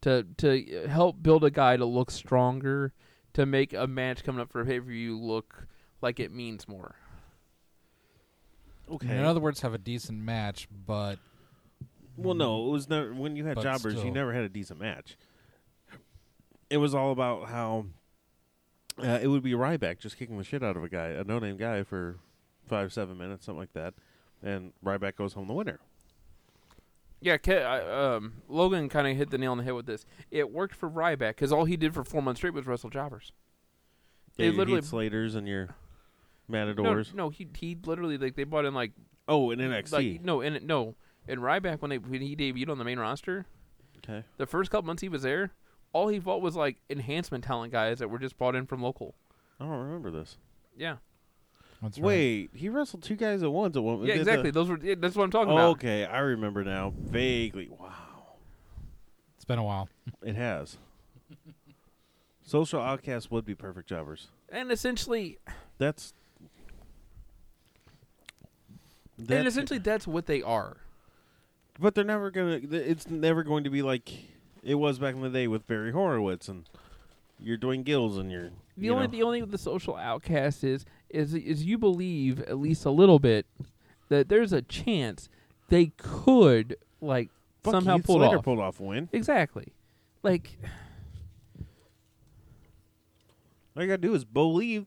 [SPEAKER 2] to to help build a guy to look stronger, to make a match coming up for a pay per view look like it means more.
[SPEAKER 1] Okay.
[SPEAKER 3] In other words, have a decent match, but
[SPEAKER 1] well, no, it was never when you had
[SPEAKER 3] But
[SPEAKER 1] jobbers, you
[SPEAKER 3] still.
[SPEAKER 1] never had a decent match. It was all about how uh, it would be Ryback just kicking the shit out of a guy, a no-name guy, for five, seven minutes, something like that, and Ryback goes home the winner.
[SPEAKER 2] Yeah, Ke- I, um, Logan kind of hit the nail on the head with this. It worked for Ryback because all he did for four months straight was wrestle jobbers. They
[SPEAKER 1] Yeah, your
[SPEAKER 2] literally-
[SPEAKER 1] Heath Slaters and your
[SPEAKER 2] No,
[SPEAKER 1] Matadors.
[SPEAKER 2] no, he he literally like they brought in like
[SPEAKER 1] Oh, and NXT.
[SPEAKER 2] like no and no and Ryback when they when he debuted on the main roster,
[SPEAKER 1] Okay.
[SPEAKER 2] the first couple months he was there, all he fought was like enhancement talent guys that were just brought in from local.
[SPEAKER 1] I don't remember this.
[SPEAKER 2] Yeah.
[SPEAKER 3] that's right.
[SPEAKER 1] Wait, he wrestled two guys at once at one. did
[SPEAKER 2] Yeah,
[SPEAKER 1] the-
[SPEAKER 2] exactly. Those were yeah, that's what I'm talking about.
[SPEAKER 1] okay, I remember now vaguely. Wow,
[SPEAKER 3] It's been a while.
[SPEAKER 1] it has. Social outcasts would be perfect jobbers.
[SPEAKER 2] And essentially,
[SPEAKER 1] That's.
[SPEAKER 2] and
[SPEAKER 1] that's-
[SPEAKER 2] essentially, that's what they are.
[SPEAKER 1] but they're never gonna. th- It's never going to be like it was back in the day with Barry Horowitz and you're doing gills and you're.
[SPEAKER 2] The
[SPEAKER 1] you
[SPEAKER 2] only
[SPEAKER 1] know.
[SPEAKER 2] the only the social outcast is is is you believe at least a little bit that there's a chance they could like
[SPEAKER 1] Fuck,
[SPEAKER 2] somehow
[SPEAKER 1] Heath
[SPEAKER 2] pull it
[SPEAKER 1] Slater
[SPEAKER 2] off.
[SPEAKER 1] pulled off a win.
[SPEAKER 2] Exactly. Like
[SPEAKER 1] All you gotta do is believe.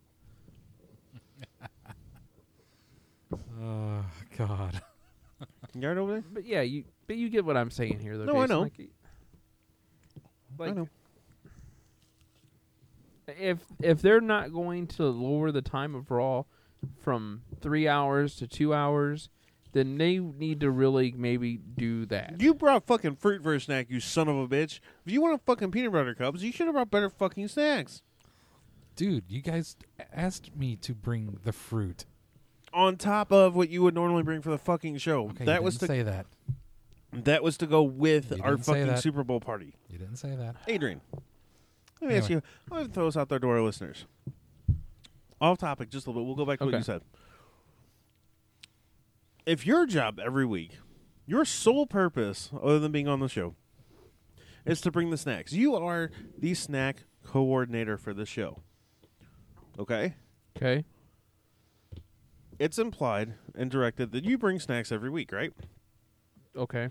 [SPEAKER 3] Oh God.
[SPEAKER 1] You right over there?
[SPEAKER 2] but yeah, you but you get what I'm saying here though.
[SPEAKER 1] No, I
[SPEAKER 2] Jason.
[SPEAKER 1] know.
[SPEAKER 2] Like, like,
[SPEAKER 1] I know.
[SPEAKER 2] if if they're not going to lower the time of Raw from three hours to two hours, then they need to really maybe do that.
[SPEAKER 1] You brought fucking fruit for a snack, you son of a bitch. If you want fucking peanut butter cups, you should have brought better fucking snacks.
[SPEAKER 3] Dude, you guys asked me to bring the fruit.
[SPEAKER 1] On top of what you would normally bring for the fucking show.
[SPEAKER 3] Okay,
[SPEAKER 1] that
[SPEAKER 3] you
[SPEAKER 1] was
[SPEAKER 3] didn't
[SPEAKER 1] to
[SPEAKER 3] say that.
[SPEAKER 1] that was to go with
[SPEAKER 3] You
[SPEAKER 1] our
[SPEAKER 3] didn't say
[SPEAKER 1] fucking
[SPEAKER 3] that.
[SPEAKER 1] Super Bowl party.
[SPEAKER 3] You didn't say that.
[SPEAKER 1] Adrian, let me ask you.
[SPEAKER 3] Anyway.
[SPEAKER 1] I'm going to throw this out there to our listeners. Off topic, just a little bit. We'll go back to what
[SPEAKER 2] Okay.
[SPEAKER 1] you said. If your job every week, your sole purpose, other than being on the show, is to bring the snacks, you are the snack coordinator for the show. Okay?
[SPEAKER 2] Okay.
[SPEAKER 1] It's implied and directed that you bring snacks every week, right?
[SPEAKER 2] Okay.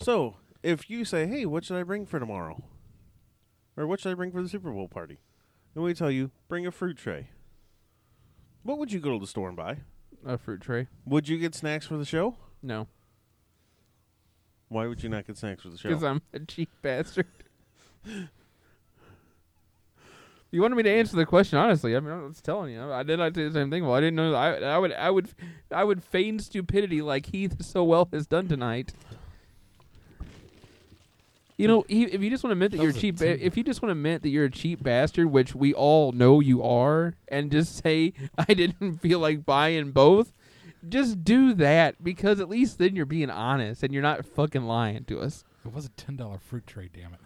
[SPEAKER 1] So, if you say, "Hey, what should I bring for tomorrow?" or "What should I bring for the Super Bowl party?" and we tell you, "Bring a fruit tray." What would you go to the store and buy?
[SPEAKER 2] A fruit tray.
[SPEAKER 1] Would you get snacks for the show?
[SPEAKER 2] No,
[SPEAKER 1] Why would you not get snacks for the show?
[SPEAKER 2] because I'm a cheap bastard. You wanted me to answer the question honestly. I mean, I was telling you, I did not do the same thing. Well, I didn't know. I, I would, I would, I would feign stupidity like Heath so well has done tonight. You know, he, if you just want to admit that,
[SPEAKER 3] That
[SPEAKER 2] you're
[SPEAKER 3] was a
[SPEAKER 2] cheap,
[SPEAKER 3] timid-
[SPEAKER 2] ba- if you just want to admit that you're a cheap bastard, which we all know you are, and just say I didn't feel like buying both, just do that because at least then you're being honest and you're not fucking lying to us.
[SPEAKER 3] It was a ten dollar fruit tray. Damn it.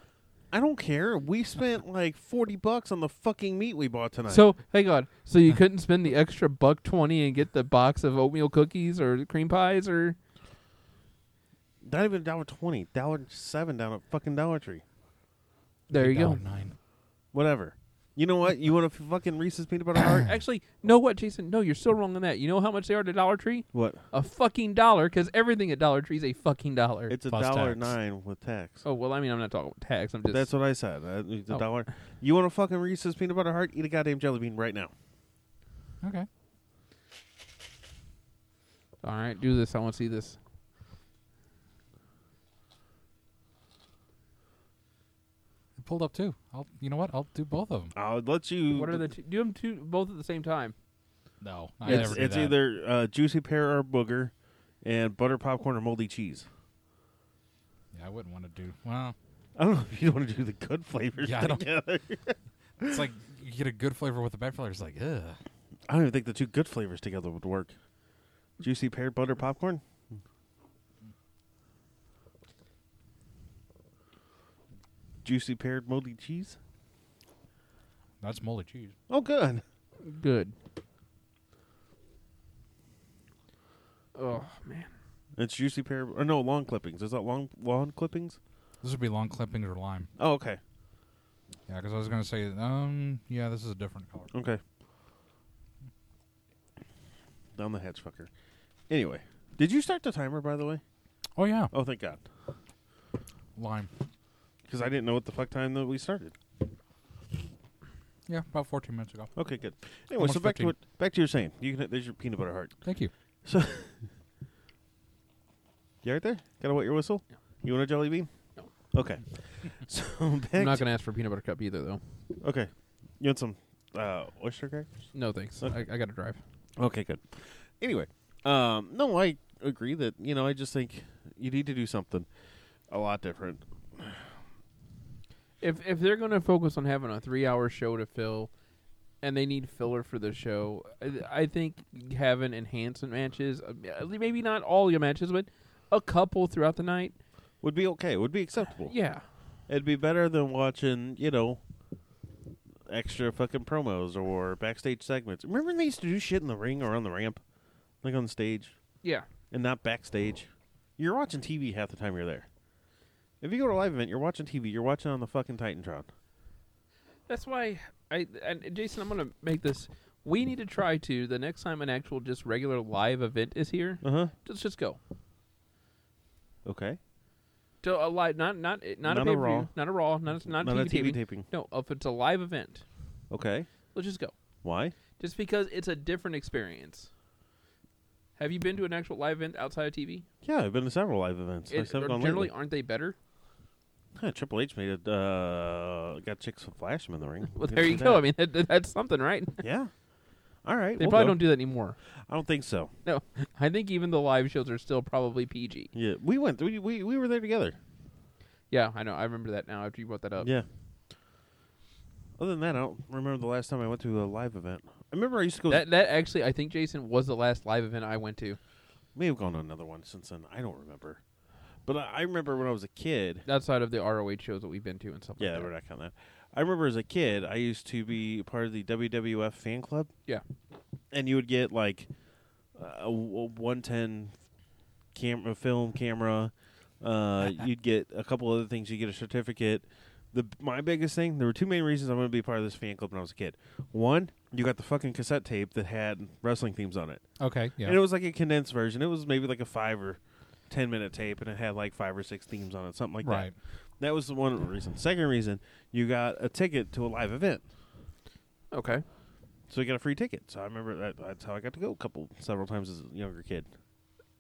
[SPEAKER 1] I don't care. We spent like forty bucks on the fucking meat we bought tonight.
[SPEAKER 2] So hang on, so you couldn't spend the extra buck twenty and get the box of oatmeal cookies or cream pies or
[SPEAKER 1] not even dollar twenty, dollar seven down at fucking Dollar Tree.
[SPEAKER 2] there you go.
[SPEAKER 3] Nine.
[SPEAKER 1] Whatever. You know what? You want a fucking Reese's peanut butter heart?
[SPEAKER 2] Actually, no, what Jason? No, you're still wrong on that. You know how much they are at a Dollar Tree?
[SPEAKER 1] what?
[SPEAKER 2] A fucking dollar, because everything at Dollar Tree is a fucking dollar.
[SPEAKER 1] It's a
[SPEAKER 3] Plus
[SPEAKER 1] dollar
[SPEAKER 3] tax.
[SPEAKER 1] nine with tax.
[SPEAKER 2] Oh well, I mean, I'm not talking about tax. I'm just
[SPEAKER 1] That's what I said. Uh, it's a
[SPEAKER 2] Oh.
[SPEAKER 1] dollar. You want a fucking Reese's peanut butter heart? Eat a goddamn jelly bean right now.
[SPEAKER 3] Okay.
[SPEAKER 2] all right. Do this. I want to see this.
[SPEAKER 3] It pulled up too. I'll. You know what? I'll do both of them.
[SPEAKER 1] I'll let you.
[SPEAKER 2] What are the two, do them two both at the same time?
[SPEAKER 3] No, I
[SPEAKER 1] It's,
[SPEAKER 3] never do
[SPEAKER 1] it's
[SPEAKER 3] that.
[SPEAKER 1] either uh, juicy pear or booger, and butter popcorn or moldy cheese.
[SPEAKER 3] Yeah, I wouldn't want to do. Well,
[SPEAKER 1] I don't know if you want to do the good flavors
[SPEAKER 3] Yeah, I don't-
[SPEAKER 1] together. I don't,
[SPEAKER 3] it's like you get a good flavor with the bad flavor. It's like, ugh.
[SPEAKER 1] even think the two good flavors together would work. Juicy pear butter popcorn. Juicy pear moldy cheese.
[SPEAKER 3] That's moldy cheese.
[SPEAKER 1] Oh, good.
[SPEAKER 2] Good. Oh man.
[SPEAKER 1] It's juicy pear or no lawn clippings. Is that long lawn clippings?
[SPEAKER 3] This would be long clippings or lime.
[SPEAKER 1] Oh, okay,
[SPEAKER 3] Yeah, because I was gonna say, um, yeah, this is a different color.
[SPEAKER 1] okay. Down the hatch, fucker. Anyway, did you start the timer? By the way.
[SPEAKER 3] Oh yeah,
[SPEAKER 1] Oh, thank God,
[SPEAKER 3] lime.
[SPEAKER 1] because I didn't know what the fuck time that we started.
[SPEAKER 3] Yeah, about 14 minutes ago.
[SPEAKER 1] Okay, good. Anyway,
[SPEAKER 3] Almost
[SPEAKER 1] so back
[SPEAKER 3] 15.
[SPEAKER 1] to what back to your saying. You can there's your peanut butter heart.
[SPEAKER 3] Thank you.
[SPEAKER 1] So you right there? Gotta wet your whistle? You want a jelly bean?
[SPEAKER 2] No.
[SPEAKER 1] Okay. so back
[SPEAKER 2] I'm not
[SPEAKER 1] to-
[SPEAKER 2] gonna ask for a peanut butter cup either, though.
[SPEAKER 1] Okay. You want some uh, oyster crackers?
[SPEAKER 2] No thanks.
[SPEAKER 1] Okay.
[SPEAKER 2] I, I got to drive.
[SPEAKER 1] Okay, good. Anyway, um, no, I agree that you know I just think you need to do something a lot different.
[SPEAKER 2] If if they're gonna focus on having a three hour show to fill, and they need filler for the show, I, I think having enhancement matches, uh, maybe not all your matches, but a couple throughout the night.
[SPEAKER 1] Would be okay. Would be acceptable.
[SPEAKER 2] Yeah.
[SPEAKER 1] It'd be better than watching, you know, extra fucking promos or backstage segments. Remember when they used to do shit in the ring or on the ramp? Like on stage
[SPEAKER 2] Yeah.
[SPEAKER 1] and not backstage? You're watching TV half the time you're there. If you go to a live event, you're watching TV. You're watching on the fucking Titantron.
[SPEAKER 2] That's why I and Jason, I'm gonna make this. We need to try to the next time an actual just regular live event is here.
[SPEAKER 1] Uh huh.
[SPEAKER 2] Let's just go
[SPEAKER 1] Okay.
[SPEAKER 2] to a live, not not not,
[SPEAKER 1] Not a
[SPEAKER 2] a, pay-per-view,
[SPEAKER 1] Raw.
[SPEAKER 2] not a raw, not a, not,
[SPEAKER 1] Not a
[SPEAKER 2] TV,
[SPEAKER 1] TV
[SPEAKER 2] taping.
[SPEAKER 1] taping.
[SPEAKER 2] No, if it's a live event,
[SPEAKER 1] Okay.
[SPEAKER 2] let's just go.
[SPEAKER 1] Why?
[SPEAKER 2] Just because it's a different experience. Have you been to an actual live event outside of TV?
[SPEAKER 1] Yeah, I've been to several live events. I
[SPEAKER 2] It-
[SPEAKER 1] just haven't
[SPEAKER 2] or
[SPEAKER 1] gone
[SPEAKER 2] generally,
[SPEAKER 1] lately.
[SPEAKER 2] aren't they better?
[SPEAKER 1] Huh, Triple H made it. Uh, got chicks with Flash in the ring.
[SPEAKER 2] Well,
[SPEAKER 1] Good
[SPEAKER 2] there
[SPEAKER 1] for
[SPEAKER 2] you go.
[SPEAKER 1] that.
[SPEAKER 2] I mean, that, that- that's something, right?
[SPEAKER 1] yeah. All right.
[SPEAKER 2] They
[SPEAKER 1] we'll
[SPEAKER 2] probably
[SPEAKER 1] go.
[SPEAKER 2] don't do that anymore.
[SPEAKER 1] I don't think so.
[SPEAKER 2] No, I think even the live shows are still probably PG.
[SPEAKER 1] Yeah, we went. We we, we were there together.
[SPEAKER 2] Yeah, I know. I remember that now after you brought that up.
[SPEAKER 1] Yeah. Other than that, I don't remember the last time I went to a live event. I remember I used to go.
[SPEAKER 2] That that actually, I think Jason was the last live event I went to.
[SPEAKER 1] may have gone to another one since then. I don't remember. But I, I remember when I was a kid.
[SPEAKER 2] Outside of the ROH shows that we've been to and stuff.
[SPEAKER 1] Yeah,
[SPEAKER 2] like that.
[SPEAKER 1] we're not counting that. I remember as a kid, I used to be part of the WWF fan club,
[SPEAKER 2] Yeah,
[SPEAKER 1] and you would get like a, w- a one ten camera, film camera. Uh, you'd get a couple other things. You get a certificate. The my biggest thing. There were two main reasons I wanted to be part of this fan club when I was a kid. One, you got the fucking cassette tape that had wrestling themes on it,
[SPEAKER 3] Okay, yeah.
[SPEAKER 1] and it was like a condensed version. It was maybe like a five or ten minute tape, and it had like five or six themes on it, something like
[SPEAKER 3] right.
[SPEAKER 1] that. That was the one reason. Second reason, you got a ticket to a live event.
[SPEAKER 2] Okay.
[SPEAKER 1] So we got a free ticket. So I remember that that's how I got to go a couple several times as a younger kid.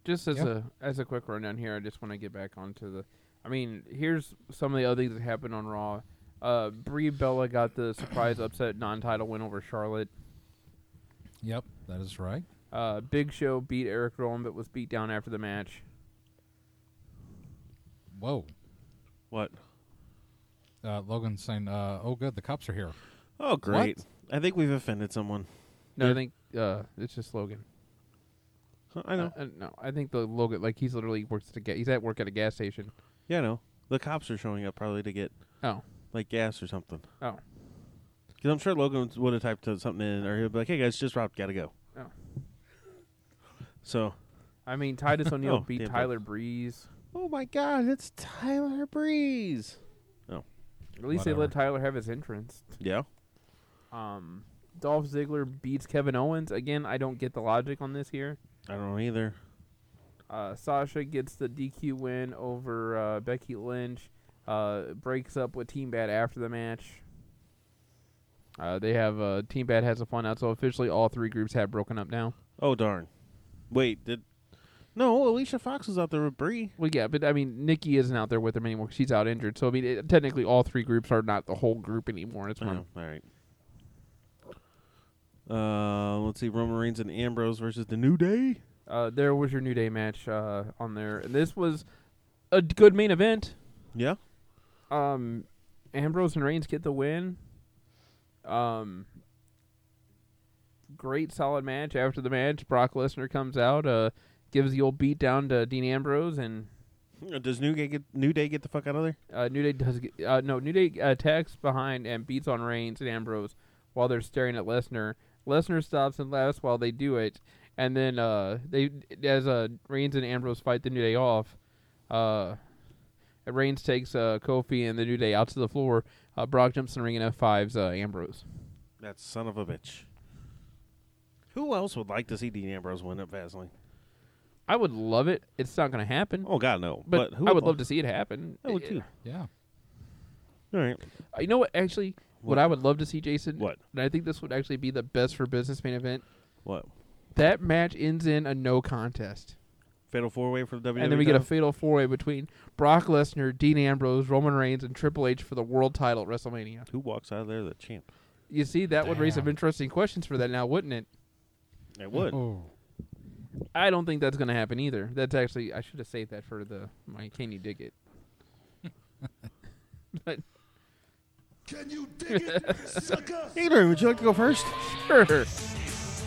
[SPEAKER 2] Just as
[SPEAKER 3] Yeah.
[SPEAKER 2] a as a quick rundown here, I just want to get back onto the. I mean, here's some of the other things that happened on Raw. Uh, Brie Bella got the surprise upset non-title win over Charlotte.
[SPEAKER 3] Yep, that is right.
[SPEAKER 2] Uh, Big Show beat Eric Rowan, but was beat down after the match.
[SPEAKER 3] Whoa.
[SPEAKER 1] What?
[SPEAKER 3] uh, Logan's saying, uh, "Oh, good, the cops are here."
[SPEAKER 1] Oh, great. I think we've offended someone.
[SPEAKER 2] No, I think uh, it's just Logan.
[SPEAKER 1] Huh, I know.
[SPEAKER 2] Uh, uh, no, I think the Logan, like he's literally works at a ga- he's at work at a gas station.
[SPEAKER 1] yeah, I know. The cops are showing up probably to get
[SPEAKER 2] Oh,
[SPEAKER 1] like gas or something.
[SPEAKER 2] oh,
[SPEAKER 1] Because I'm sure Logan would have typed something in, or he'd be like, "Hey guys, just robbed, gotta go."
[SPEAKER 2] oh.
[SPEAKER 1] So,
[SPEAKER 2] I mean, Titus O'Neil
[SPEAKER 1] Oh,
[SPEAKER 2] beat
[SPEAKER 1] damn it.
[SPEAKER 2] Tyler Breeze.
[SPEAKER 1] oh my God, it's Tyler Breeze. Oh,
[SPEAKER 2] At least they let Tyler have his entrance.
[SPEAKER 1] yeah.
[SPEAKER 2] Um, Dolph Ziggler beats Kevin Owens again. I don't get the logic on this here.
[SPEAKER 1] I don't know either.
[SPEAKER 2] Uh, Sasha gets the DQ win over uh, Becky Lynch. Uh, breaks up with Team Bad after the match. Uh, they have uh, Team Bad has a fun out. So officially, all three groups have broken up now.
[SPEAKER 1] Oh darn. Wait, did no? Alicia Fox was out there with Bree.
[SPEAKER 2] Well, yeah, but I mean, Nikki isn't out there with them anymore. 'cause She's out injured. So I mean, it, technically, all three groups are not the whole group anymore. It's one.
[SPEAKER 1] Oh, all right. Uh, let's see. Roman Reigns and Ambrose versus the New Day.
[SPEAKER 2] Uh, there was your New Day match uh, on there, and this was a d- good main event.
[SPEAKER 1] Yeah.
[SPEAKER 2] Um, Ambrose and Reigns get the win. Um, great solid match. After the match, Brock Lesnar comes out, uh, gives the old beat down to Dean Ambrose, and
[SPEAKER 1] Uh, Does New Day get New Day get the fuck out of there?
[SPEAKER 2] uh, New Day does get, uh, no New Day attacks behind and beats on Reigns and Ambrose while they're staring at Lesnar. Lesnar stops and laughs while they do it, and then uh, they as uh, Reigns and Ambrose fight the New Day off. Uh, Reigns takes uh, Kofi and the New Day out to the floor. Uh, Brock jumps in the ring and F5s uh, Ambrose.
[SPEAKER 1] That son of a bitch. Who else would like to see Dean Ambrose win at Fastlane?
[SPEAKER 2] I would love it. It's not going to happen,
[SPEAKER 1] Oh God, no.
[SPEAKER 2] but,
[SPEAKER 1] But, who
[SPEAKER 2] I would love to see it happen.
[SPEAKER 1] I would
[SPEAKER 2] Uh,
[SPEAKER 1] too.
[SPEAKER 3] Yeah.
[SPEAKER 1] All right.
[SPEAKER 2] Uh, You know what? Actually, what,
[SPEAKER 1] What?
[SPEAKER 2] I would love to see, Jason.
[SPEAKER 1] What?
[SPEAKER 2] And I think this would actually be the best for business main event.
[SPEAKER 1] What?
[SPEAKER 2] That match ends in a no contest.
[SPEAKER 1] Fatal four way for the WWE.
[SPEAKER 2] And then we get a
[SPEAKER 1] title?
[SPEAKER 2] fatal four way between Brock Lesnar, Dean Ambrose, Roman Reigns, and Triple H for the world title at WrestleMania.
[SPEAKER 1] who walks out of there the champ.
[SPEAKER 2] You see, that would raise some
[SPEAKER 3] Damn.
[SPEAKER 2] interesting questions for that now, wouldn't it?
[SPEAKER 1] It would.
[SPEAKER 3] Oh.
[SPEAKER 2] I don't think that's going to happen either. That's actually, I should have saved that for the my Can You Dig It? but
[SPEAKER 7] Can you dig it, sucker?
[SPEAKER 1] Adrian, would you like to go first?
[SPEAKER 2] sure.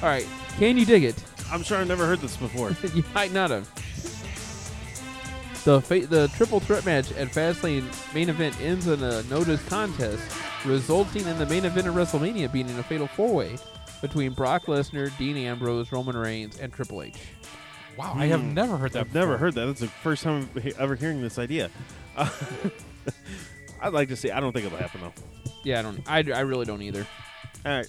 [SPEAKER 2] All right. Can You Dig It?
[SPEAKER 1] I'm sure I've never heard this before.
[SPEAKER 2] you might not have. The fa- the triple threat match at Fastlane main event ends in a notice contest, resulting in the main event of WrestleMania being in a fatal four way between Brock Lesnar, Dean Ambrose, Roman Reigns, and Triple H.
[SPEAKER 3] Wow, I have never heard that.
[SPEAKER 1] Hmm. I've never
[SPEAKER 3] before.
[SPEAKER 1] heard that. That's the first time I'm he- ever hearing this idea. Uh, I'd like to see. I don't think it'll happen though.
[SPEAKER 2] Yeah, I don't. I, I really don't either.
[SPEAKER 1] All right.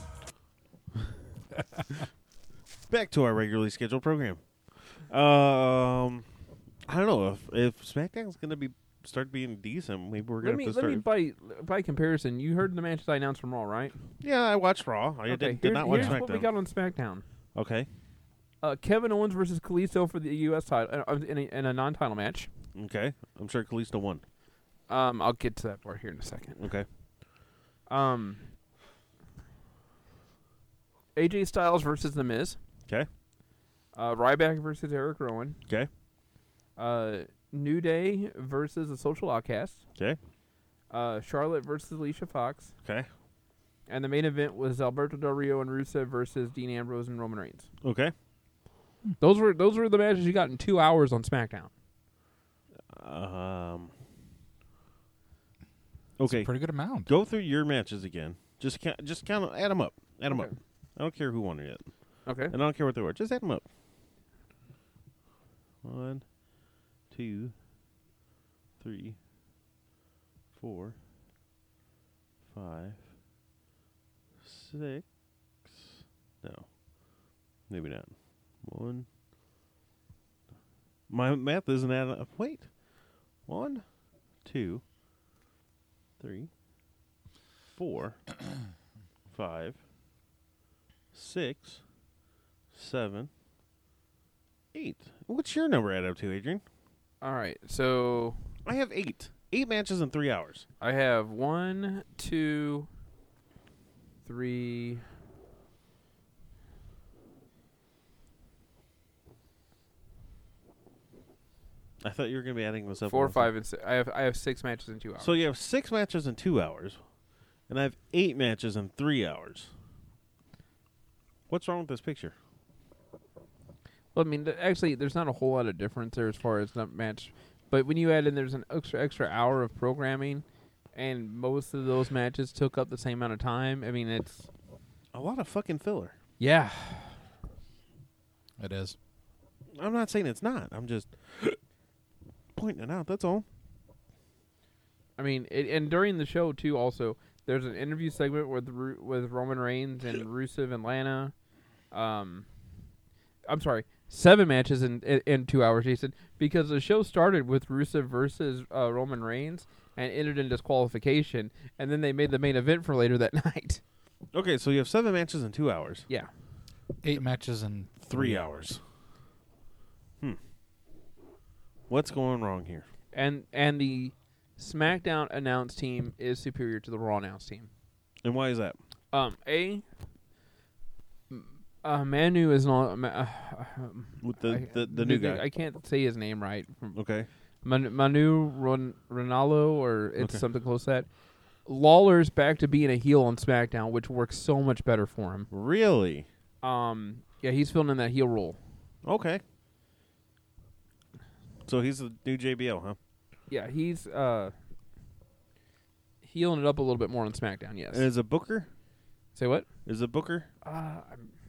[SPEAKER 1] Back to our regularly scheduled program. Um, I don't know if if SmackDown's gonna be start being decent. Maybe we're gonna
[SPEAKER 2] Let me
[SPEAKER 1] have to
[SPEAKER 2] let
[SPEAKER 1] start.
[SPEAKER 2] me by by comparison, you heard the matches I announced from Raw, right?
[SPEAKER 1] yeah, I watched Raw. I
[SPEAKER 2] okay,
[SPEAKER 1] did, did
[SPEAKER 2] here's-
[SPEAKER 1] not watch
[SPEAKER 2] here's
[SPEAKER 1] SmackDown.
[SPEAKER 2] what we got on SmackDown.
[SPEAKER 1] okay.
[SPEAKER 2] Uh, Kevin Owens versus Kalisto for the U.S. title uh, in a, in a non-title match.
[SPEAKER 1] Okay. I'm sure Kalisto won.
[SPEAKER 2] Um, I'll get to that part here in a second.
[SPEAKER 1] Okay.
[SPEAKER 2] Um, AJ Styles versus The Miz.
[SPEAKER 1] Okay.
[SPEAKER 2] Uh, Ryback versus Eric Rowan.
[SPEAKER 1] Okay.
[SPEAKER 2] Uh, New Day versus The Social Outcast.
[SPEAKER 1] Okay.
[SPEAKER 2] Uh, Charlotte versus Alicia Fox.
[SPEAKER 1] Okay.
[SPEAKER 2] And the main event was Alberto Del Rio and Rusev versus Dean Ambrose and Roman Reigns.
[SPEAKER 1] Okay.
[SPEAKER 2] Those were those were the matches you got in two hours on SmackDown.
[SPEAKER 1] Um.
[SPEAKER 3] It's
[SPEAKER 1] Okay.
[SPEAKER 3] a pretty good amount.
[SPEAKER 1] Go through your matches again. Just count. Just count. 'em- Add them up. Add them
[SPEAKER 2] Okay.
[SPEAKER 1] up. I don't care who won yet,
[SPEAKER 2] Okay.
[SPEAKER 1] and I don't care what they were. Just add them up. One, two, three, four, five, six. No, maybe not. One. My math isn't adding up. Wait. One, two, three, four, five, six, seven, eight. What's your number add up to, Adrian?
[SPEAKER 2] All right. So
[SPEAKER 1] I have eight. Eight matches in three hours.
[SPEAKER 2] I have one, two, three.
[SPEAKER 1] I thought you were going to be adding this up. one
[SPEAKER 2] Four,
[SPEAKER 1] more time.
[SPEAKER 2] five, and six. I have I have six matches in two hours.
[SPEAKER 1] So you have six matches in two hours, and I have eight matches in three hours. What's wrong with this picture?
[SPEAKER 2] well, I mean, th- actually, there's not a whole lot of difference there as far as not match, but when you add in there's an extra extra hour of programming, and most of those matches took up the same amount of time. I mean, it's
[SPEAKER 1] A lot of fucking filler.
[SPEAKER 2] yeah.
[SPEAKER 3] It is.
[SPEAKER 1] I'm not saying it's not. I'm just pointing it out. That's all.
[SPEAKER 2] I mean, it, and during the show too. Also, there's an interview segment with Ru- with Roman Reigns and Rusev and Lana. Um, I'm sorry, seven matches in, in in two hours, Jason, because the show started with Rusev versus uh, Roman Reigns and ended in disqualification, and then they made the main event for later that night.
[SPEAKER 1] Okay, so you have seven matches in two hours,
[SPEAKER 2] Yeah,
[SPEAKER 3] Eight matches in
[SPEAKER 1] three hours. Hmm. What's going wrong here?
[SPEAKER 2] and and the SmackDown announce team is superior to the Raw announce team.
[SPEAKER 1] And why is that?
[SPEAKER 2] Um, a uh, Manu is not. Ma- um,
[SPEAKER 1] With the,
[SPEAKER 2] I-
[SPEAKER 1] the, the new guy.
[SPEAKER 2] I can't say his name right.
[SPEAKER 1] okay.
[SPEAKER 2] Man- Manu Ron- Ronaldo, or it's
[SPEAKER 1] Okay.
[SPEAKER 2] something close to that. Lawler's back to being a heel on SmackDown, which works so much better for him.
[SPEAKER 1] Really?
[SPEAKER 2] Um, yeah, he's filling in that heel role.
[SPEAKER 1] Okay. So he's the new JBL, huh?
[SPEAKER 2] Yeah, he's uh healing it up a little bit more on SmackDown. Yes.
[SPEAKER 1] And is it Booker?
[SPEAKER 2] Say what?
[SPEAKER 1] Is it Booker?
[SPEAKER 2] Uh,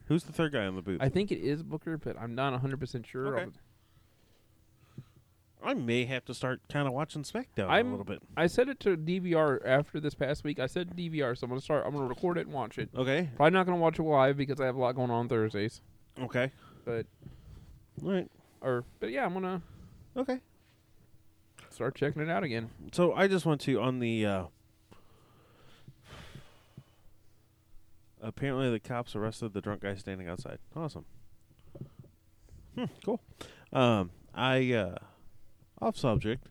[SPEAKER 1] Who's the third guy in the booth?
[SPEAKER 2] I think it is Booker, but I'm not 100 percent sure.
[SPEAKER 1] Okay. I may have to start kind of watching SmackDown
[SPEAKER 2] I'm
[SPEAKER 1] a little bit.
[SPEAKER 2] I said it to DVR after this past week. I said DVR, so I'm gonna start. I'm gonna record it and watch it.
[SPEAKER 1] Okay.
[SPEAKER 2] Probably not gonna watch it live because I have a lot going on Thursdays.
[SPEAKER 1] Okay.
[SPEAKER 2] But
[SPEAKER 1] All right.
[SPEAKER 2] or but yeah, I'm gonna
[SPEAKER 1] Okay.
[SPEAKER 2] start checking it out again.
[SPEAKER 1] So I just want to on the. Uh, apparently, the cops arrested the drunk guy standing outside. Awesome. Hmm, cool. Um, I uh, off subject,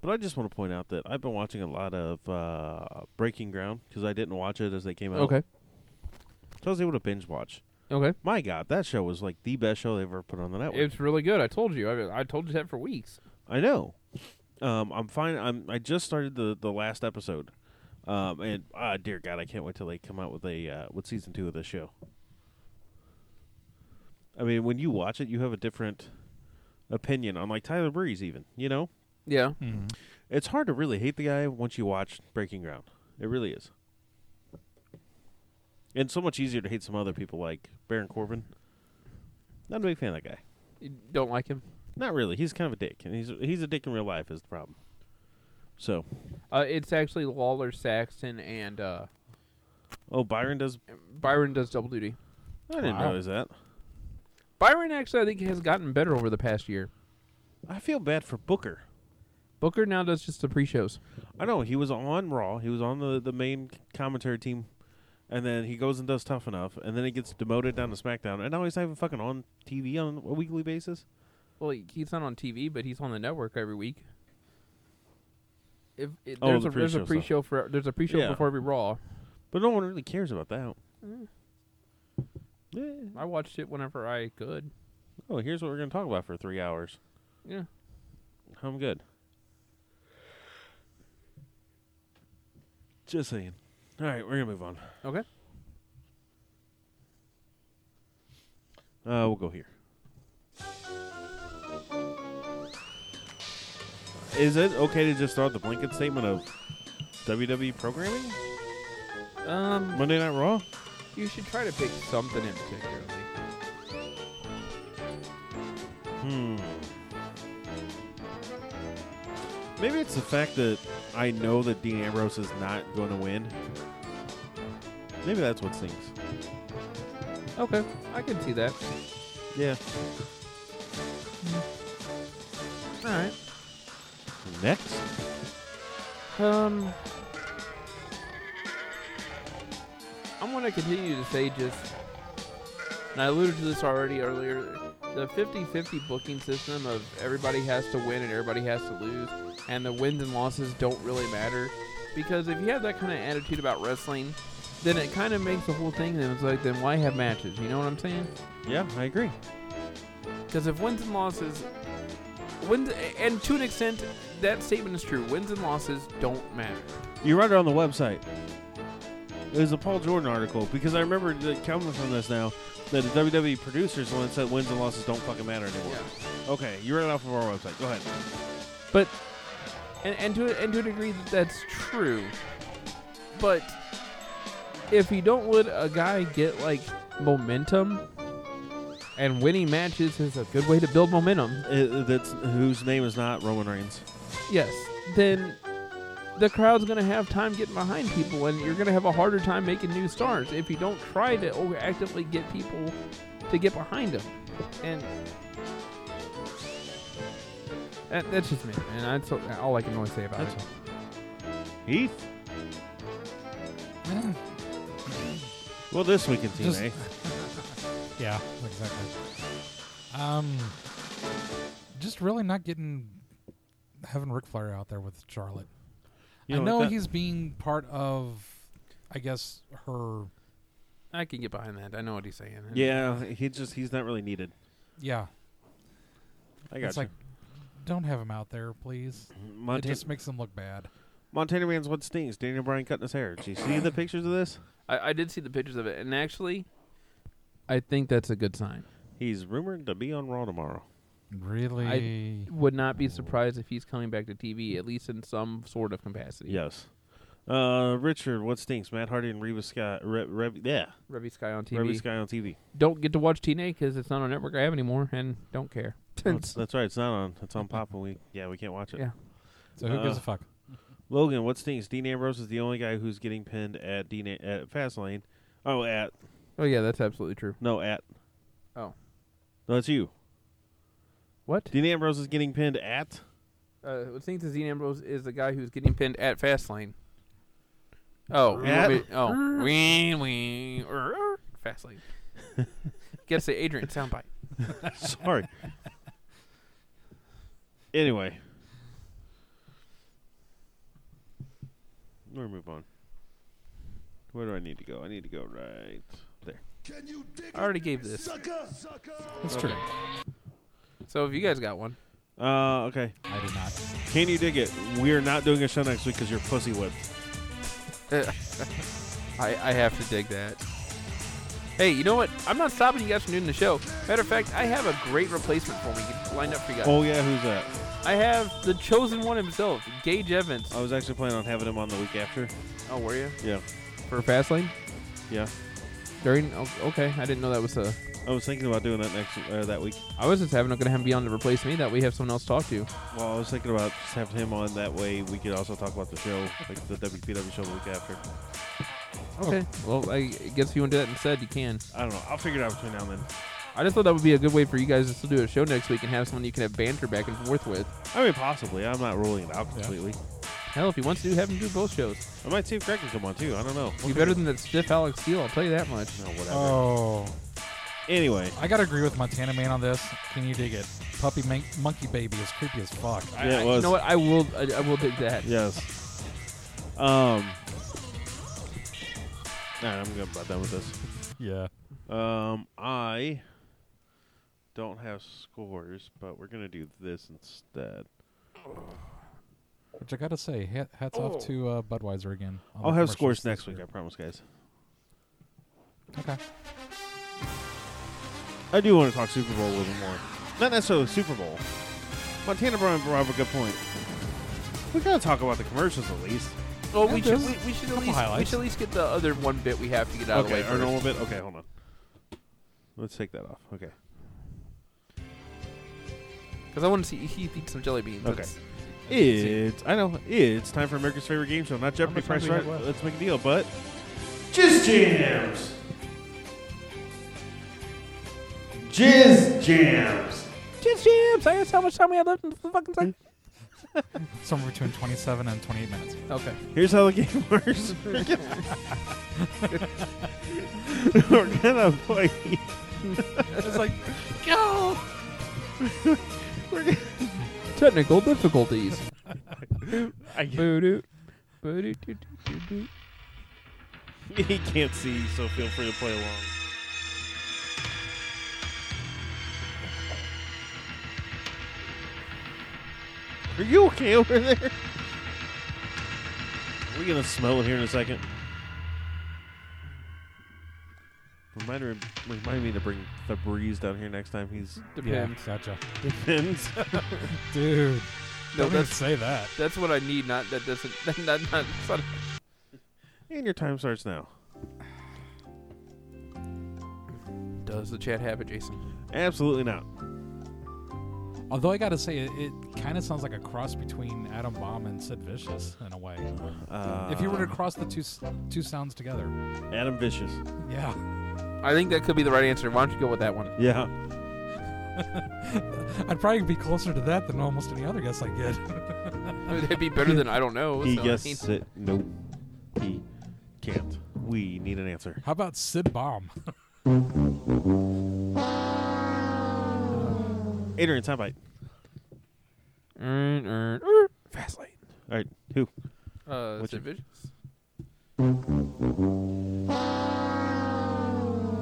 [SPEAKER 1] but I just want to point out that I've been watching a lot of uh, Breaking Ground because I didn't watch it as they came out.
[SPEAKER 2] Okay.
[SPEAKER 1] So I was able to binge watch.
[SPEAKER 2] Okay.
[SPEAKER 1] My God, that show was like the best show they ever put on the network.
[SPEAKER 2] It's really good. I told you. I, I told you that for weeks.
[SPEAKER 1] I know. Um, I'm fine. I'm. I just started the the last episode, um, and ah, dear God, I can't wait till they come out with a uh, with season two of this show. I mean, when you watch it, you have a different opinion on like Tyler Breeze. Even you know,
[SPEAKER 2] Yeah.
[SPEAKER 1] it's hard to really hate the guy once you watch Breaking Ground. It really is, and so much easier to hate some other people like Baron Corbin. Not a big fan of that guy.
[SPEAKER 2] You don't like him.
[SPEAKER 1] Not really. He's kind of a dick, and he's he's a dick in real life is the problem. So,
[SPEAKER 2] Uh, it's actually Lawler, Saxton, and uh,
[SPEAKER 1] oh, Byron does.
[SPEAKER 2] Byron does double duty.
[SPEAKER 1] I didn't
[SPEAKER 3] Wow.
[SPEAKER 1] realize that.
[SPEAKER 2] Byron actually, I think, has gotten better over the past year.
[SPEAKER 1] I feel bad for Booker.
[SPEAKER 2] Booker now does just the pre-shows.
[SPEAKER 1] I know he was on Raw. He was on the the main commentary team, and then he goes and does Tough Enough, and then he gets demoted down to SmackDown, and now he's not even fucking on TV on a weekly basis.
[SPEAKER 2] Well, he- he's not on TV, but he's on the network every week. If, if
[SPEAKER 1] Oh,
[SPEAKER 2] there's,
[SPEAKER 1] the
[SPEAKER 2] a, there's a
[SPEAKER 1] pre-show stuff.
[SPEAKER 2] pre-show for there's a pre-show
[SPEAKER 1] Yeah.
[SPEAKER 2] before every Raw.
[SPEAKER 1] But no one really cares about that. Yeah.
[SPEAKER 2] I watched it whenever I could.
[SPEAKER 1] Oh, here's what we're gonna talk about for three hours.
[SPEAKER 2] Yeah.
[SPEAKER 1] I'm good. Just saying. All right, we're gonna move on.
[SPEAKER 2] Okay.
[SPEAKER 1] Uh, we'll go here. Is it okay to just start the blanket statement of WWE programming?
[SPEAKER 2] Um,
[SPEAKER 1] Monday Night Raw?
[SPEAKER 2] you should try to pick something in particularly.
[SPEAKER 1] Hmm. Maybe it's the fact that I know that Dean Ambrose is not going to win. Maybe that's what stinks.
[SPEAKER 2] Okay, I can see that.
[SPEAKER 1] Yeah.
[SPEAKER 2] All right.
[SPEAKER 1] Next.
[SPEAKER 2] Um, I'm going to continue to say just, and I alluded to this already earlier, the 50-50 booking system of everybody has to win and everybody has to lose, and the wins and losses don't really matter, because if you have that kind of attitude about wrestling, then it kind of makes the whole thing. Then it's like, then why have matches? You know what I'm saying?
[SPEAKER 1] Yeah, I agree.
[SPEAKER 2] Because if wins and losses Wins and to an extent, that statement is true. Wins and losses don't matter.
[SPEAKER 1] You read it on the website. It was a Paul Jordan article because I remember that coming from this now that the WWE producers the one that said wins and losses don't fucking matter anymore. Okay, you read it off of our website. Go ahead.
[SPEAKER 2] But and, and to and to a degree that that's true. But if you don't let a guy get like momentum and winning matches is a good way to build momentum,
[SPEAKER 1] Uh, that's whose name is not Roman Reigns.
[SPEAKER 2] yes, then the crowd's gonna have time getting behind people and you're gonna have a harder time making new stars if you don't try to over actively get people to get behind them. And that, that's just me, and that's all I can really say about it.
[SPEAKER 1] That's- Heath.
[SPEAKER 3] eh,
[SPEAKER 1] Well, this week in
[SPEAKER 3] Just-
[SPEAKER 1] TNA,
[SPEAKER 3] Yeah, exactly. Um, just really not getting having Ric Flair out there with Charlotte.
[SPEAKER 1] You
[SPEAKER 3] I
[SPEAKER 1] know,
[SPEAKER 3] know
[SPEAKER 1] that-
[SPEAKER 3] he's being part of, I guess her.
[SPEAKER 2] I can get behind that. I know what he's saying.
[SPEAKER 1] yeah, he just he's not really needed.
[SPEAKER 3] Yeah,
[SPEAKER 1] I got
[SPEAKER 3] it's like don't have him out there, please. It
[SPEAKER 1] Mm-hmm. Montana,
[SPEAKER 3] just makes him look bad.
[SPEAKER 1] Montana Man's what stings. Daniel Bryan cutting his hair. Did you see the pictures of this?
[SPEAKER 2] I, I did see the pictures of it, and actually, I think that's a good sign.
[SPEAKER 1] He's rumored to be on Raw tomorrow.
[SPEAKER 3] Really,
[SPEAKER 2] Would not be surprised if he's coming back to TV, at least in some sort of capacity.
[SPEAKER 1] Yes. Uh, Richard, what stinks? Matt Hardy and Reba Sky. Re, Re- yeah,
[SPEAKER 2] Revy Sky on TV.
[SPEAKER 1] Reba Sky on TV.
[SPEAKER 2] Don't get to watch TNA because it's not on network I have anymore, and don't care.
[SPEAKER 1] No, Oh, it's- that's right. It's not on. It's on Pop, and we yeah we can't watch it.
[SPEAKER 2] yeah.
[SPEAKER 3] so who gives
[SPEAKER 1] uh,
[SPEAKER 3] a fuck?
[SPEAKER 1] Logan, what stinks? Dean Ambrose is the only guy who's getting pinned at Dean A- at Fastlane. Oh, at
[SPEAKER 2] Oh yeah, that's absolutely true.
[SPEAKER 1] no at
[SPEAKER 2] Oh,
[SPEAKER 1] no, that's you.
[SPEAKER 2] what?
[SPEAKER 1] Dean Ambrose is getting pinned at.
[SPEAKER 2] Uh, what seems as Dean Ambrose is the guy who's getting pinned at Fastlane. Oh, you
[SPEAKER 1] At-
[SPEAKER 2] want me- oh, ween ween, er, er, Fastlane. Guess the Adrian soundbite.
[SPEAKER 1] Sorry. anyway, we're gonna move on. Where do I need to go? I need to go right there.
[SPEAKER 5] Can you dig
[SPEAKER 2] I already gave this,
[SPEAKER 3] That's true.
[SPEAKER 2] so if you guys got one,
[SPEAKER 1] Uh, okay.
[SPEAKER 3] I did not.
[SPEAKER 1] Can you dig it? We are not doing a show next week because you're pussy whipped.
[SPEAKER 2] I, I have to dig that. Hey, you know what? I'm not stopping you guys from doing the show. Matter of fact, I have a great replacement for me lined up for you guys.
[SPEAKER 1] Oh yeah, who's that?
[SPEAKER 2] I have the chosen one himself, Gage Evans.
[SPEAKER 1] I was actually planning on having him on the week after.
[SPEAKER 2] Oh, were you
[SPEAKER 1] Yeah,
[SPEAKER 2] for Fastlane?
[SPEAKER 1] yeah.
[SPEAKER 2] During oh, okay, I didn't know that was a.
[SPEAKER 1] I was thinking about doing that next uh, that week.
[SPEAKER 2] I was just having going to have him be on to replace me. That we have someone else to talk to.
[SPEAKER 1] Well, I was thinking about just having him on. That way, we could also talk about the show, like the WPW show the week after.
[SPEAKER 2] Okay. Well, I guess if you want to do that instead, you can.
[SPEAKER 1] I don't know. I'll figure it out between now and then.
[SPEAKER 2] I just thought that would be a good way for you guys to still do a show next week and have someone you can have banter back and forth with.
[SPEAKER 1] I mean, possibly. I'm not ruling it out completely.
[SPEAKER 2] Hell, if he wants to, have him do both shows.
[SPEAKER 1] I might see if Greg can come on too. I don't know.
[SPEAKER 2] Be better than that stiff Alex Steele. I'll tell you that much.
[SPEAKER 1] No, whatever.
[SPEAKER 3] Oh,
[SPEAKER 1] anyway,
[SPEAKER 3] I gotta agree with Montana Man on this. Can you dig it? Puppy man- monkey baby is creepy as fuck.
[SPEAKER 1] yeah, it was.
[SPEAKER 2] You know what? I will. I, I will take that.
[SPEAKER 1] Yes. Um. All right, I'm good about done with this.
[SPEAKER 3] Yeah.
[SPEAKER 1] Um, I don't have scores, but we're gonna do this instead.
[SPEAKER 3] Which I gotta say, hat, hats off to uh, Budweiser again. on the
[SPEAKER 1] I'll have
[SPEAKER 3] commercials
[SPEAKER 1] scores
[SPEAKER 3] this
[SPEAKER 1] next week. I
[SPEAKER 3] year.
[SPEAKER 1] promise, guys.
[SPEAKER 3] Okay.
[SPEAKER 1] I do want to talk Super Bowl a little bit more. Not necessarily Super Bowl. Montana Brown brought up a good point. We gotta talk about the commercials at least.
[SPEAKER 2] Well,
[SPEAKER 3] Yeah,
[SPEAKER 2] we should
[SPEAKER 3] there's
[SPEAKER 2] we, we should at
[SPEAKER 3] couple
[SPEAKER 2] least we
[SPEAKER 3] highlights.
[SPEAKER 2] should at least get the other one bit we have to get out of the way
[SPEAKER 1] okay, our normal
[SPEAKER 2] first.
[SPEAKER 1] bit. Okay, hold on. Let's take that off. Okay.
[SPEAKER 2] Because I want to see Heath eat some jelly beans.
[SPEAKER 1] Okay.
[SPEAKER 2] That's-
[SPEAKER 1] It's I know it's time for America's favorite game show, not Jeopardy.
[SPEAKER 3] much time
[SPEAKER 1] Price
[SPEAKER 3] do we
[SPEAKER 1] right.
[SPEAKER 3] have left?
[SPEAKER 1] Let's make a deal, but Jizz Jams. Jizz Jams.
[SPEAKER 2] Jibs, jibs! I asked how much time we had left in the fucking time.
[SPEAKER 3] Somewhere between 27 and 28 minutes.
[SPEAKER 2] Okay.
[SPEAKER 1] Here's how the game works. We're gonna- We're gonna play.
[SPEAKER 3] It's like, go!
[SPEAKER 2] Technical difficulties.
[SPEAKER 1] I can't-
[SPEAKER 2] Boo-doo. Boo-doo-doo-doo-doo-doo.
[SPEAKER 1] he can't see, so feel free to play along. Are you okay over there? We're gonna smell it here in a second. Remind, her- remind me to bring the breeze down here next time he's
[SPEAKER 2] Depends.
[SPEAKER 3] Yeah, gotcha.
[SPEAKER 1] depends.
[SPEAKER 3] Dude,
[SPEAKER 2] No,
[SPEAKER 3] don't even
[SPEAKER 2] that's
[SPEAKER 3] say that.
[SPEAKER 2] that's what I need. Not that doesn't. That, not, not, that's not-
[SPEAKER 1] and your time starts now.
[SPEAKER 2] Does the chat have it, Jason?
[SPEAKER 1] Absolutely not.
[SPEAKER 3] Although I gotta say, it, it kind of sounds like a cross between Adam Bomb and Sid Vicious in a way.
[SPEAKER 1] Uh,
[SPEAKER 3] if you were to cross the two s- two sounds together,
[SPEAKER 1] Adam Vicious.
[SPEAKER 3] yeah.
[SPEAKER 2] I think that could be the right answer. Why don't you go with that one?
[SPEAKER 1] Yeah.
[SPEAKER 3] I'd probably be closer to that than almost any other guess I get.
[SPEAKER 2] It'd be better than I don't know.
[SPEAKER 1] He
[SPEAKER 2] so, I mean-
[SPEAKER 1] guessed it. No. He can't. We need an answer.
[SPEAKER 3] How about Sid Bomb?
[SPEAKER 1] Adrian, time bite.
[SPEAKER 2] Mm, mm, mm. Fastlane.
[SPEAKER 1] All right. Who?
[SPEAKER 2] Uh,
[SPEAKER 1] What's
[SPEAKER 2] Sid
[SPEAKER 1] your-
[SPEAKER 2] Vicious.